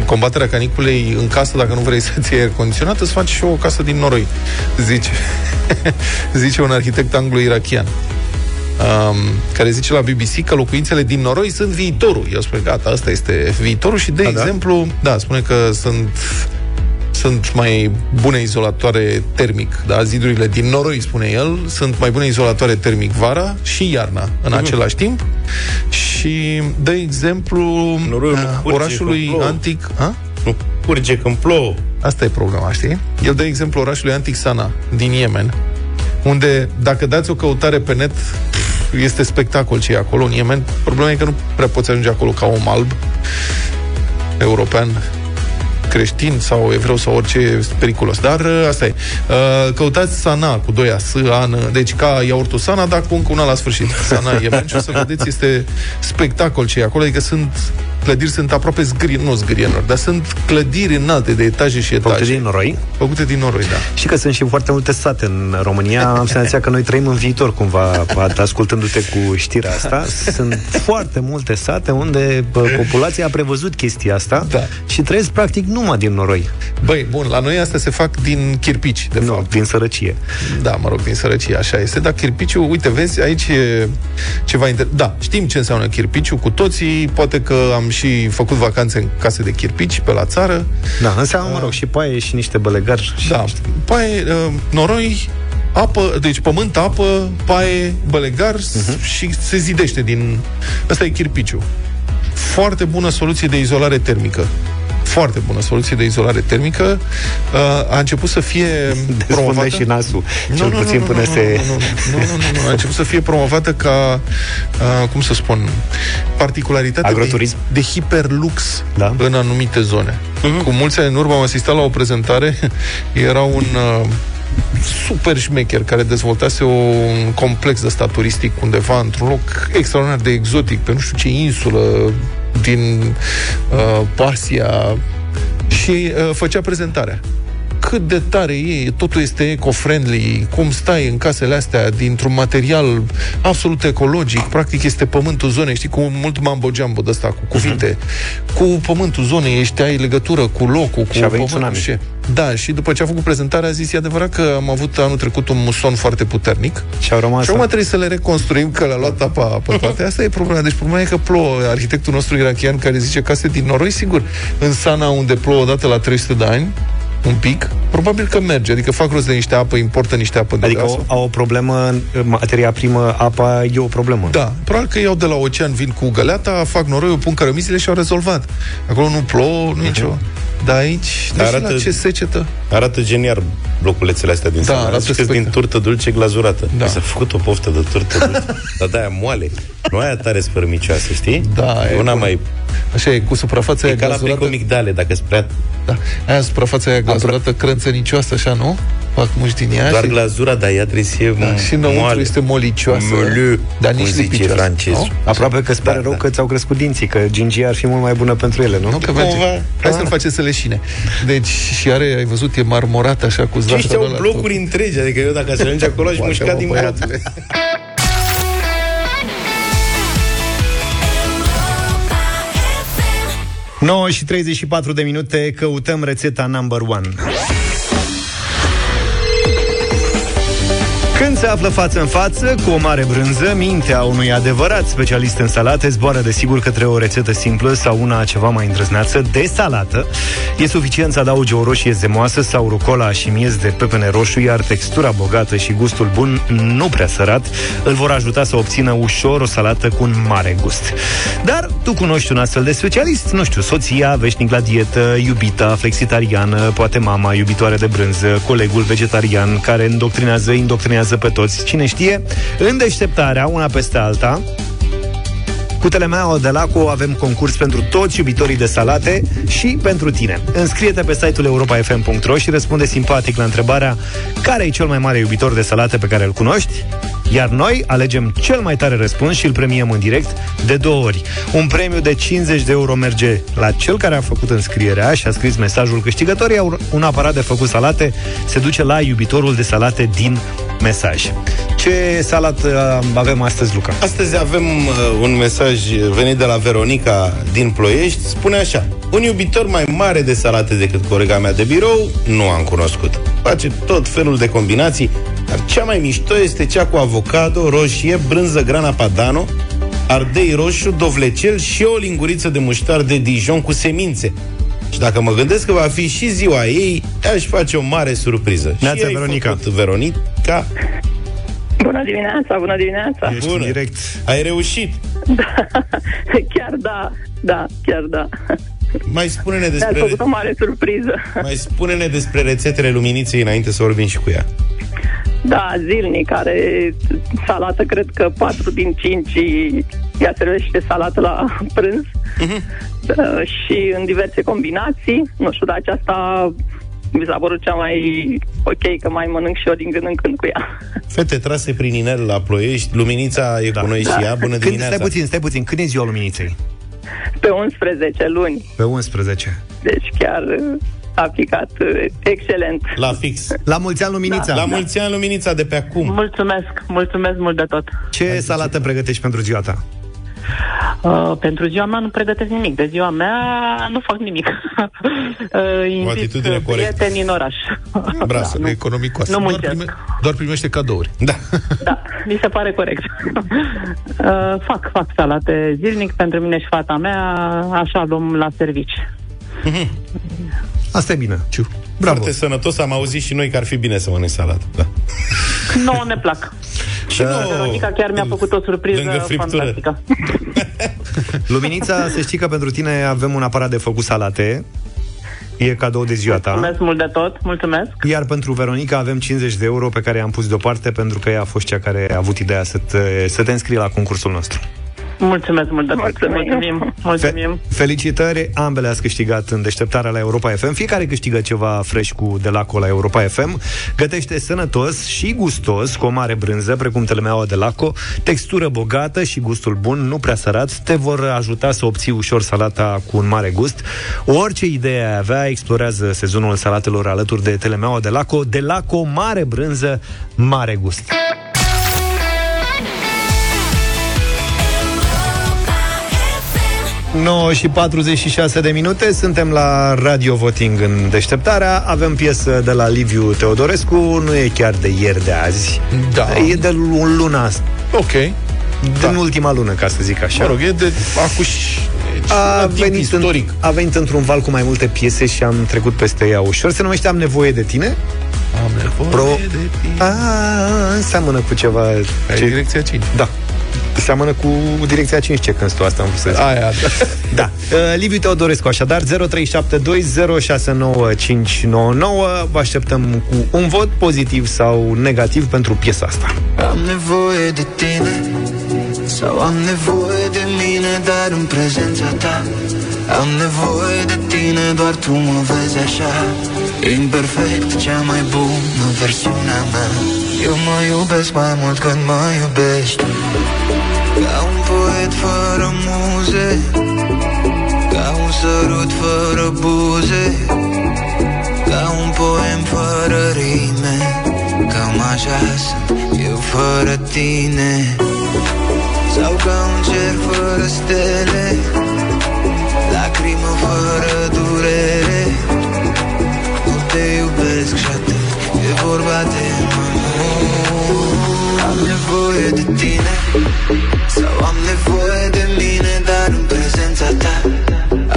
Speaker 3: combaterea caniculei în casă, dacă nu vrei să-ți iei aer condiționat, îți faci și o casă din noroi, zice, zice un arhitect anglo-irachian. Um, care zice la BBC că locuințele din noroi sunt viitorul. Eu spun, gata, asta este viitorul și de A, exemplu, da? da, spune că sunt sunt mai bune izolatoare termic, da? Zidurile din noroi, spune el, sunt mai bune izolatoare termic vara și iarna în mm-hmm. același timp. Și dă exemplu
Speaker 5: Noroiul
Speaker 3: a,
Speaker 5: curge
Speaker 3: orașului
Speaker 5: când plouă.
Speaker 3: antic... A?
Speaker 5: Nu curge când plouă.
Speaker 3: Asta e problema, știi? El dă exemplu orașului antic Sana, din Yemen, unde, dacă dați o căutare pe net, pf, este spectacol ce e acolo în Yemen. Problema e că nu prea poți ajunge acolo ca om alb, european, creștin sau evreu sau orice e periculos. Dar ă, asta e. Ă, Căutați Sana cu doi A, S, An, deci ca iaurtul Sana, dar cu încă una la sfârșit. Sana e merge, o să vedeți, este spectacol ce e acolo, adică sunt clădiri sunt aproape zgârie, nu zgârienor, dar sunt clădiri înalte de etaje și etaje.
Speaker 2: Făcute din noroi?
Speaker 3: Făcute din noroi, da.
Speaker 2: Și că sunt și foarte multe sate în România. Am senzația că noi trăim în viitor cumva, ascultându-te cu știrea asta. Sunt foarte multe sate unde bă, populația a prevăzut chestia asta
Speaker 3: Da.
Speaker 2: și trăiesc practic numai din noroi.
Speaker 3: Băi, bun, la noi astea se fac din chirpici, de
Speaker 2: nu,
Speaker 3: fapt.
Speaker 2: din sărăcie.
Speaker 3: Da, mă rog, din sărăcie, așa este. Dar chirpiciul, uite, vezi, aici e ceva inter... Da, știm ce înseamnă chirpiciul cu toții. Poate că am și făcut vacanțe în case de chirpici pe la țară.
Speaker 2: Da, înseamnă, mă rog, și paie și niște bălegari. Și
Speaker 3: Da, paie, uh, noroi, apă, deci pământ, apă, paie, bălegar uh-huh. și se zidește din... Asta e chirpiciu. Foarte bună soluție de izolare termică. Foarte bună soluție de izolare termică. Uh, a început să fie promovată...
Speaker 2: Răspunde și nasul, cel puțin până
Speaker 3: nu,
Speaker 2: se...
Speaker 3: Nu, nu, nu, nu, nu, nu, a început să fie promovată ca, uh, cum să spun, particularitate
Speaker 2: Agroturism.
Speaker 3: De, de hiperlux
Speaker 2: Da.
Speaker 3: în anumite zone. Cu mulți ani în urmă am asistat la o prezentare, era un uh, super șmecher care dezvoltase o, un complex de stat turistic undeva într-un loc extraordinar de exotic, pe nu știu ce insulă din uh, Pasia și uh, făcea prezentarea cât de tare e, totul este eco-friendly, cum stai în casele astea dintr-un material absolut ecologic, practic este pământul zonei, știi, cu mult mambo-jambo de ăsta, cu cuvinte, cu pământul zonei, ești, ai legătură cu locul, cu
Speaker 2: Mhm. Și a venit
Speaker 3: pământul
Speaker 2: tsunami.
Speaker 3: și... Da, și după ce a făcut prezentarea a zis, e adevărat că am avut anul trecut un muson foarte puternic
Speaker 2: Și au rămas...
Speaker 3: și acum trebuie să le reconstruim că le-a luat apa pe toate. Asta e problema. Deci problema e că plouă. Arhitectul nostru irachian care zice case din noroi, sigur, în Sana unde plouă odată la 300 de ani, un pic, probabil că merge. Adică fac rost de niște apă, importă niște apă de
Speaker 2: Adică
Speaker 3: acasă.
Speaker 2: au, au o problemă, materia primă, apa e o problemă.
Speaker 3: Da, probabil că iau de la ocean, vin cu găleata, fac noroiul, pun cărămizile și au rezolvat. Acolo nu plouă, nu e ceva. Mhm. Dar aici, deci
Speaker 5: Arată-
Speaker 3: la ce secetă?
Speaker 5: Arată genial bloculețele astea din
Speaker 3: Da,
Speaker 5: Sana.
Speaker 3: arată
Speaker 5: Ziceți din
Speaker 3: spectacol.
Speaker 5: turtă dulce glazurată.
Speaker 3: Da.
Speaker 5: Da. S-a făcut o poftă de turtă dulce, dar de aia moale. Nu aia tare spărmicioasă, știi?
Speaker 3: Da, e
Speaker 5: Una
Speaker 3: bun.
Speaker 5: mai...
Speaker 3: Așa e, cu suprafața
Speaker 5: E
Speaker 3: aia
Speaker 5: ca la
Speaker 3: glazurată.
Speaker 5: plecomigdale, dacă sunt prea...
Speaker 3: Da. Aia suprafața aia glazurată, crânțănicioasă, așa, nu? Fac muși din ea
Speaker 5: Doar
Speaker 3: și...
Speaker 5: glazura, dar ea trebuie să fie
Speaker 3: Da, și înăuntru
Speaker 5: moale.
Speaker 3: este molicioasă.
Speaker 5: Moliu,
Speaker 3: Dar
Speaker 5: cum
Speaker 3: nici
Speaker 5: zice
Speaker 3: lipicioasă,
Speaker 5: francezul.
Speaker 3: nu?
Speaker 2: Aproape că sper da, rău da. că ți-au crescut dinții, că gingia ar fi mult mai bună pentru ele, nu?
Speaker 3: Nu, că merge.
Speaker 5: Cumva.
Speaker 3: Hai să-l facem să leșine. Deci, și are, ai văzut, e marmorat așa cu
Speaker 5: Și ăștia
Speaker 3: zahărul
Speaker 5: au
Speaker 3: ăla.
Speaker 5: blocuri întregi, adică eu dacă aș ajunge acolo aș
Speaker 3: Poate,
Speaker 5: mușca
Speaker 3: mă,
Speaker 5: din pat.
Speaker 3: băiatule.
Speaker 10: FM.
Speaker 21: 9 și 34 de minute căutăm rețeta number one. Când se află față în față cu o mare brânză, mintea unui adevărat specialist în salate zboară desigur către o rețetă simplă sau una ceva mai îndrăzneață de salată. E suficient să adaugi o roșie zemoasă sau rucola și miez de pepene roșu, iar textura bogată și gustul bun, nu prea sărat, îl vor ajuta să obțină ușor o salată cu un mare gust. Dar tu cunoști un astfel de specialist, nu știu, soția, veșnic la dietă, iubita, flexitariană, poate mama, iubitoare de brânză, colegul vegetarian care îndoctrinează, indoctrinează pe toți, cine știe, în deșteptarea, una peste alta, cu Telemea de Laco avem concurs pentru toți iubitorii de salate și pentru tine. Înscrie-te pe site-ul europafm.ro și răspunde simpatic la întrebarea care e cel mai mare iubitor de salate pe care îl cunoști
Speaker 2: Iar noi alegem cel mai tare răspuns și îl premiem în direct de două ori. Un premiu de 50 de euro merge la cel care a făcut înscrierea și a scris mesajul câștigător, iar un aparat de făcut salate se duce la iubitorul de salate din mesaj. Ce salat uh, avem astăzi, Luca?
Speaker 5: Astăzi avem uh, un mesaj venit de la Veronica din Ploiești. Spune așa. Un iubitor mai mare de salate decât colega mea de birou nu am cunoscut. Face tot felul de combinații, dar cea mai mișto este cea cu avocado, roșie, brânză, grana padano, ardei roșu, dovlecel și o linguriță de muștar de Dijon cu semințe. Și dacă mă gândesc că va fi și ziua ei, aș face o mare surpriză.
Speaker 2: Neața,
Speaker 5: și ai
Speaker 2: Veronica.
Speaker 5: Făcut, Veronica.
Speaker 22: Bună dimineața, bună dimineața.
Speaker 5: Ești Bună. direct. Ai reușit.
Speaker 22: Chiar da, da, chiar da.
Speaker 5: Mai spune-ne
Speaker 10: Da,
Speaker 22: Mi-ați
Speaker 5: despre,
Speaker 22: făcut o mare surpriză.
Speaker 5: mai spune-ne despre rețetele luminiței înainte să vorbim și cu ea.
Speaker 22: Da, zilnic are salată, cred că 4 din 5 ea servește salată la prânz Da, și în diverse combinații. Nu știu, dar aceasta mi s-a părut cea mai ok, că mai mănânc și eu din când în când cu ea.
Speaker 5: Fete trase prin inel la ploiești, luminița e da. cu noi și ea. Bună
Speaker 2: Când,
Speaker 5: dimineața.
Speaker 2: stai puțin, stai puțin. Când e ziua luminiței?
Speaker 22: Pe 11 luni,
Speaker 2: Pe 11.
Speaker 22: deci chiar uh, aplicat uh, excelent.
Speaker 5: La fix.
Speaker 22: Da.
Speaker 2: La mulți ani, Luminița.
Speaker 5: Da, La mulți ani, Luminița, de pe acum.
Speaker 22: Mulțumesc, mulțumesc mult de tot.
Speaker 2: Ce salată pregătești pentru ziua ta?
Speaker 22: Uh, pentru ziua mea nu pregătesc nimic. De ziua mea nu fac nimic. uh,
Speaker 3: O
Speaker 22: invit
Speaker 3: atitudine
Speaker 22: uh,
Speaker 3: corectă.
Speaker 22: prieteni în oraș.
Speaker 3: Brasă, da, economicoasă.
Speaker 22: nu
Speaker 3: doar,
Speaker 22: muncesc.
Speaker 3: doar primește cadouri. Da.
Speaker 22: Mi se pare corect. uh, fac, fac salate zilnic pentru mine și fata mea. Așa luăm la servici.
Speaker 2: Asta e bine. Ciu.
Speaker 5: Bravo. Foarte sănătos, am auzit și noi că ar fi bine să mănânci salată. Da.
Speaker 22: Nu ne plac.
Speaker 5: Și nouă.
Speaker 22: Veronica chiar mi-a făcut o surpriză
Speaker 2: lângă friptură.
Speaker 22: fantastică.
Speaker 3: Ah.
Speaker 2: Luminița, să știi că pentru tine avem un aparat de făcut salate. E cadou de ziua ta.
Speaker 22: Mulțumesc mult de tot, mulțumesc.
Speaker 2: Iar pentru Veronica avem 50 de euro pe care i-am pus deoparte pentru că ea a fost cea care a avut ideea să te, să te înscrii la concursul nostru.
Speaker 22: Mulțumesc mult de tot. Mulțumim. Mulțumim.
Speaker 2: Felicitări, ambele ați câștigat în deșteptarea la Europa FM. Fiecare câștigă ceva fresh cu de Laco la Europa FM. Gătește sănătos și gustos, cu o mare brânză, precum telemeaua de Laco, textură bogată și gustul bun, nu prea sărat, te vor ajuta să obții ușor salata cu un mare gust. Orice idee ai avea, explorează sezonul salatelor alături de telemeaua de Laco. De Laco, mare brânză, mare gust. FM. 9 și 46 de minute Suntem la Radio Voting în deșteptarea Avem piesă de la Liviu Teodorescu Nu e chiar de ieri de azi
Speaker 3: Da.
Speaker 2: E de un luna asta
Speaker 3: Ok.
Speaker 2: Din da. ultima lună, ca să zic așa
Speaker 3: Mă rog, e de deci, acuși...
Speaker 2: a
Speaker 3: timp
Speaker 2: venit, istoric. În, a venit într-un val cu mai multe piese și am trecut peste ea ușor. Se numește Am nevoie de tine.
Speaker 3: Am nevoie
Speaker 2: Pro... de tine. A, seamănă cu ceva... Ce...
Speaker 3: direcția 5.
Speaker 2: Da. Seamănă cu direcția 5 ce cânți tu, asta am vrut să zic.
Speaker 3: Aia,
Speaker 2: da. Uh, Liviu Teodorescu, așadar, 0372069599. Vă așteptăm cu un vot pozitiv sau negativ pentru piesa asta.
Speaker 10: Am nevoie de tine Sau am nevoie de mine Dar în prezența ta Am nevoie de tine Doar tu mă vezi așa Imperfect, cea mai bună versiunea mea Eu mă iubesc mai mult când mă iubești Ca un poet fără muze Ca un sărut fără buze Ca un poem fără rime Cam așa sunt eu fără tine Sau ca un cer fără stele Lacrimă fără durere Nu te iubesc și atât E vorba de mult Am nevoie de tine Sau am nevoie de mine Dar în prezența ta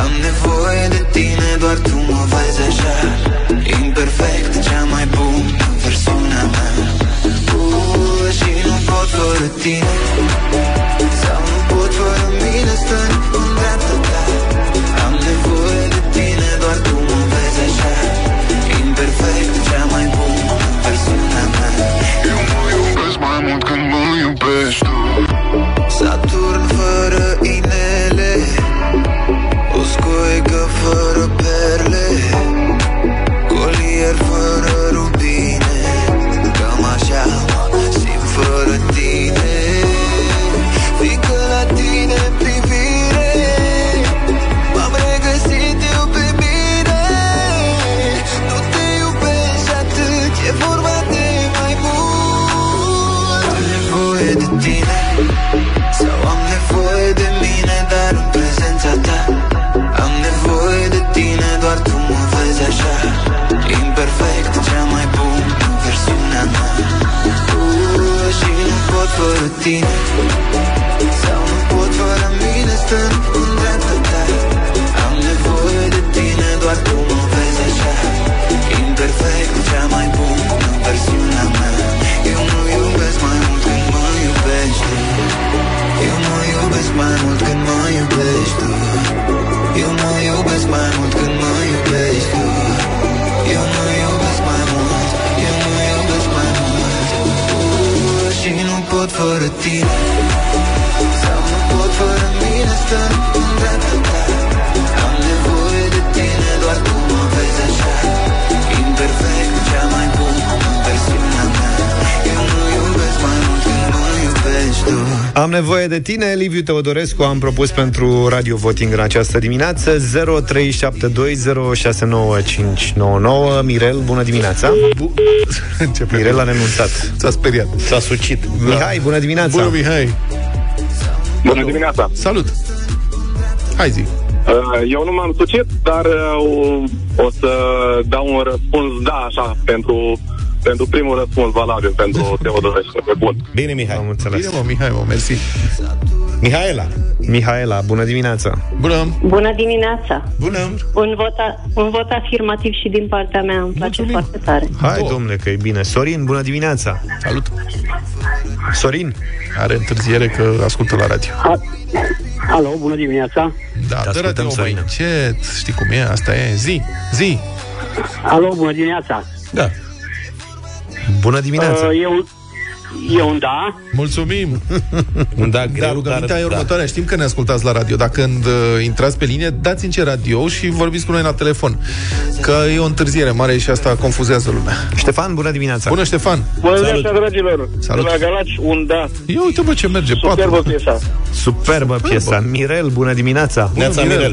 Speaker 10: Am nevoie de tine Doar tu mă vezi așa Imperfect, cea mai bună versiunea mea Pur și nu pot fără tine Sau nu pot fără mine Stând în dreapta ta Am nevoie de tine Doar tu mă vezi așa Imperfect, cea mai bună versiunea mea Eu mă iubesc mai mult când mă iubești tu Saturn fără inele O scoică fără perle Colier fără rubine Cam așa mă simt fără tine tine Sau am nevoie de mine, dar în prezența ta Am nevoie de tine, doar tu mă vezi așa Imperfect, cea mai bună versiunea mea Tu și nu pot fără tine Sau nu pot fără mine, stând în dreapta ta Am nevoie de tine, doar tu mă vezi așa Imperfect, cea mai bună versiunea mea Eu nu iubesc mai mult când mă iubești tu Eu mă iubesc mai mult când mă iubești tu Eu mă iubesc mai mult când mă iubești tu Eu mă iubesc mai mult Eu mă iubesc mai mult Uh, Și nu pot fără tine Sau nu pot fără mine Stă în dreapta ta Am nevoie de tine Doar tu mă vezi așa Imperfect, cea mai bună versiunea mea Eu nu iubesc mai mult când mă iubești tu
Speaker 2: Am nevoie de tine, Liviu Teodorescu Am propus pentru Radio Voting în această dimineață 0372069599 Mirel, bună dimineața Bu- Mirel a renunțat S-a speriat, s-a sucit da. Mihai, bună dimineața
Speaker 3: Da. Bună, Mihai!
Speaker 23: Bună dimineața!
Speaker 3: Salut! Hai zi!
Speaker 23: Uh, Eu nu m-am sucit, dar uh, o, o să dau un răspuns da, așa, pentru, pentru primul răspuns valabil pentru Teodorescu. Pe bun.
Speaker 5: Bine, Mihai. Am
Speaker 2: înțeles.
Speaker 3: Bine, mă, Mihai, mă, mersi.
Speaker 5: Mihaela.
Speaker 2: Mihaela, bună dimineața
Speaker 3: Bună!
Speaker 24: Bună dimineața!
Speaker 3: Bună!
Speaker 24: Un vot, a, un vot afirmativ și din partea mea, îmi place foarte tare.
Speaker 2: Hai, domnule, că e bine Sorin, bună dimineața
Speaker 3: Salut
Speaker 2: Sorin
Speaker 3: Are întârziere că ascultă la radio
Speaker 25: Alo, bună dimineața.
Speaker 3: Da, dă radio mai încet, știi cum e, asta e, zi, zi
Speaker 25: Alo, bună dimineața.
Speaker 3: Da
Speaker 2: Bună
Speaker 25: Uh, eu, eu un da.
Speaker 3: Mulțumim!
Speaker 5: Un da
Speaker 3: Dar
Speaker 5: greu, dar,
Speaker 3: rugămintea e
Speaker 5: da.
Speaker 3: următoarea. Știm că ne ascultați la radio, dar când uh, intrați pe linie, dați-în ce radio și vorbiți cu noi la telefon. Că e o întârziere mare și asta confuzează lumea.
Speaker 2: Ștefan, bună dimineața!
Speaker 3: Bună, Ștefan!
Speaker 23: Bună dimineața, dragilor!
Speaker 3: Salut.
Speaker 23: De la Galați, un da.
Speaker 3: Ia uite, bă, ce merge,
Speaker 23: Superbă piesa.
Speaker 2: Superbă piesa Mirel, bună dimineața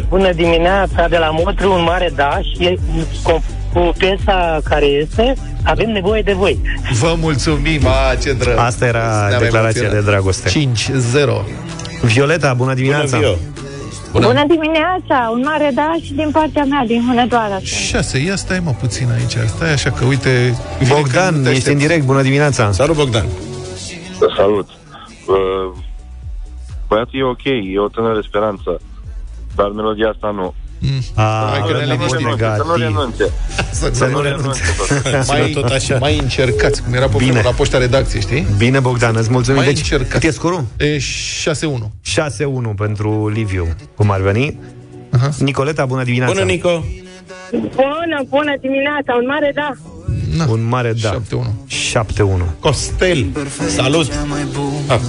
Speaker 26: Bună dimineața, de la Motru, un mare da și e- cu, cu piesa care este, avem nevoie de voi.
Speaker 3: Vă mulțumim! A, ce drăg.
Speaker 2: Asta era
Speaker 3: Ne-am
Speaker 2: declarația
Speaker 3: emoționat.
Speaker 2: de dragoste.
Speaker 3: 5-0
Speaker 2: Violeta, bună
Speaker 23: Da.
Speaker 2: dimineața
Speaker 3: Vio.
Speaker 27: Bună. Bună dimineața, un mare da și din partea mea, din Hunedoara.
Speaker 3: 6, ia stai mă puțin aici, stai așa că uite...
Speaker 2: Bogdan, ești în direct, bună dimineața
Speaker 5: Salut Bogdan
Speaker 23: Salut! Uh, Băiatul e ok, e o tânără speranță, dar melodia asta nu.
Speaker 2: A,
Speaker 23: Hai că ne liniștim. Să nu renunțe.
Speaker 3: Să nu renunțe. mai, tot așa. mai încercați, cum era pe Bine. la poșta redacție, știi?
Speaker 2: Bine, Bogdan, îți mulțumim.
Speaker 3: Mai
Speaker 2: deci, cât e scorul?
Speaker 3: E 6-1.
Speaker 2: 6-1 pentru Liviu, cum ar veni. Uh-huh. Nicoleta, bună dimineața.
Speaker 5: Bună, Nico.
Speaker 27: Bună, bună dimineața, un mare da.
Speaker 3: Na.
Speaker 2: Un mare da. 7-1. 7-1.
Speaker 5: Costel, salut!
Speaker 23: Ah.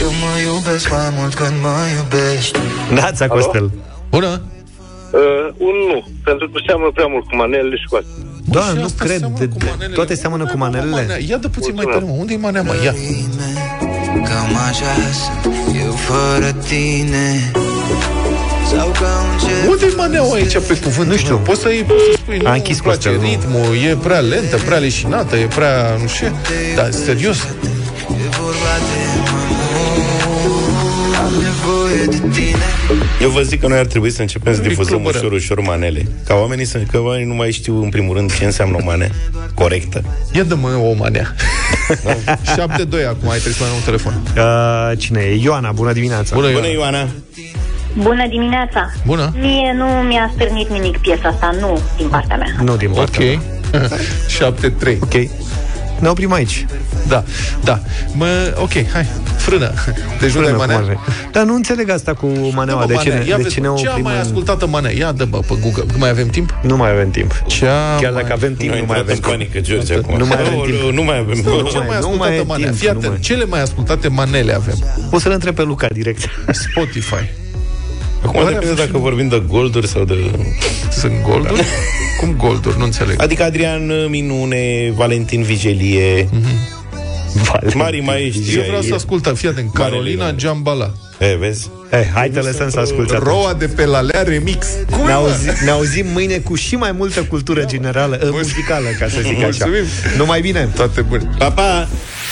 Speaker 26: Eu mă iubesc mai mult când mă iubești
Speaker 2: Nața,
Speaker 23: Alo?
Speaker 2: Costel.
Speaker 3: Bună!
Speaker 23: Uh, un nu, pentru că seamănă prea mult cu manelele și cu astea.
Speaker 2: Da, nu cred. De, de, toate seamănă cu manelele.
Speaker 3: Ia dă puțin mai tare, mă. Unde e manea, mă? Ia.
Speaker 26: Cam așa sunt eu fără tine Sau ca un cer
Speaker 3: Unde e maneaua aici pe cuvânt? Nu știu. Poți să-i poți să spui, nu,
Speaker 2: A închis
Speaker 3: îmi place
Speaker 2: Costel, nu.
Speaker 3: ritmul, e prea lentă, prea leșinată, e prea, nu știu, dar serios.
Speaker 26: Am nevoie de tine
Speaker 5: Eu vă zic că noi ar trebui să începem să difuzăm ușor, ușor manele. Ca oamenii, să, că oamenii nu mai știu, în primul rând, ce înseamnă o mane corectă.
Speaker 3: Ia dă-mă o manea. 7-2 acum, ai trebuit să mai un telefon.
Speaker 2: Uh, cine e? Ioana, bună dimineața.
Speaker 3: Bună, Bună, Ioana.
Speaker 27: Bună dimineața.
Speaker 3: Bună.
Speaker 27: Mie nu mi-a stârnit nimic piesa asta, nu din partea mea.
Speaker 2: Nu din partea
Speaker 3: Ok. 7-3.
Speaker 2: Ok. Ne oprim aici.
Speaker 3: Da, da. Mă, ok, hai. Frână. Deci nu
Speaker 2: Frână,
Speaker 3: dai
Speaker 2: cum ar
Speaker 3: manea?
Speaker 2: veni. Dar nu înțeleg asta cu maneaua. De ce,
Speaker 3: Manea,
Speaker 2: ne-
Speaker 3: ia
Speaker 2: de
Speaker 3: vezi,
Speaker 2: ce ne
Speaker 3: Cea
Speaker 2: oprim?
Speaker 3: mai
Speaker 2: în-
Speaker 3: ascultată manea. Ia dă-mă pe Google. Mai avem timp?
Speaker 2: Nu mai avem timp.
Speaker 3: Cea
Speaker 2: Chiar dacă avem timp, nu mai avem timp.
Speaker 5: Panică, George, acum.
Speaker 2: Nu mai avem timp.
Speaker 5: Aoleu, Nu mai avem
Speaker 3: Nu, cea mai ascultată
Speaker 2: e
Speaker 3: manea.
Speaker 2: timp,
Speaker 3: Fii
Speaker 2: nu
Speaker 3: atent,
Speaker 2: mai-
Speaker 3: cele mai ascultate manele avem.
Speaker 2: O să-l întreb pe Luca direct.
Speaker 3: Spotify.
Speaker 5: Acum
Speaker 3: Care
Speaker 5: depinde
Speaker 3: avem și
Speaker 5: dacă vorbim de golduri sau de...
Speaker 3: Sunt
Speaker 2: Da.
Speaker 3: golduri? Cum golduri? Nu înțeleg.
Speaker 5: Adică Adrian Minune, Valentin Vigelie...
Speaker 2: Mhm. Valentin
Speaker 5: Mari maestri
Speaker 3: Eu vreau
Speaker 5: ai-
Speaker 3: să ascultăm. Fii atent, Carolina Giambala.
Speaker 5: E, vezi?
Speaker 2: Eh, hai te lăsăm să asculti atunci.
Speaker 3: Roa de pe la Lea Remix. Cum
Speaker 2: Ne,
Speaker 3: e, mă?
Speaker 2: auzi, ne auzim mâine cu și mai multă cultură generală, eh, muzicală, ca să zic așa.
Speaker 3: Mulțumim.
Speaker 2: Numai bine!
Speaker 3: Toate bune.
Speaker 5: Pa, pa!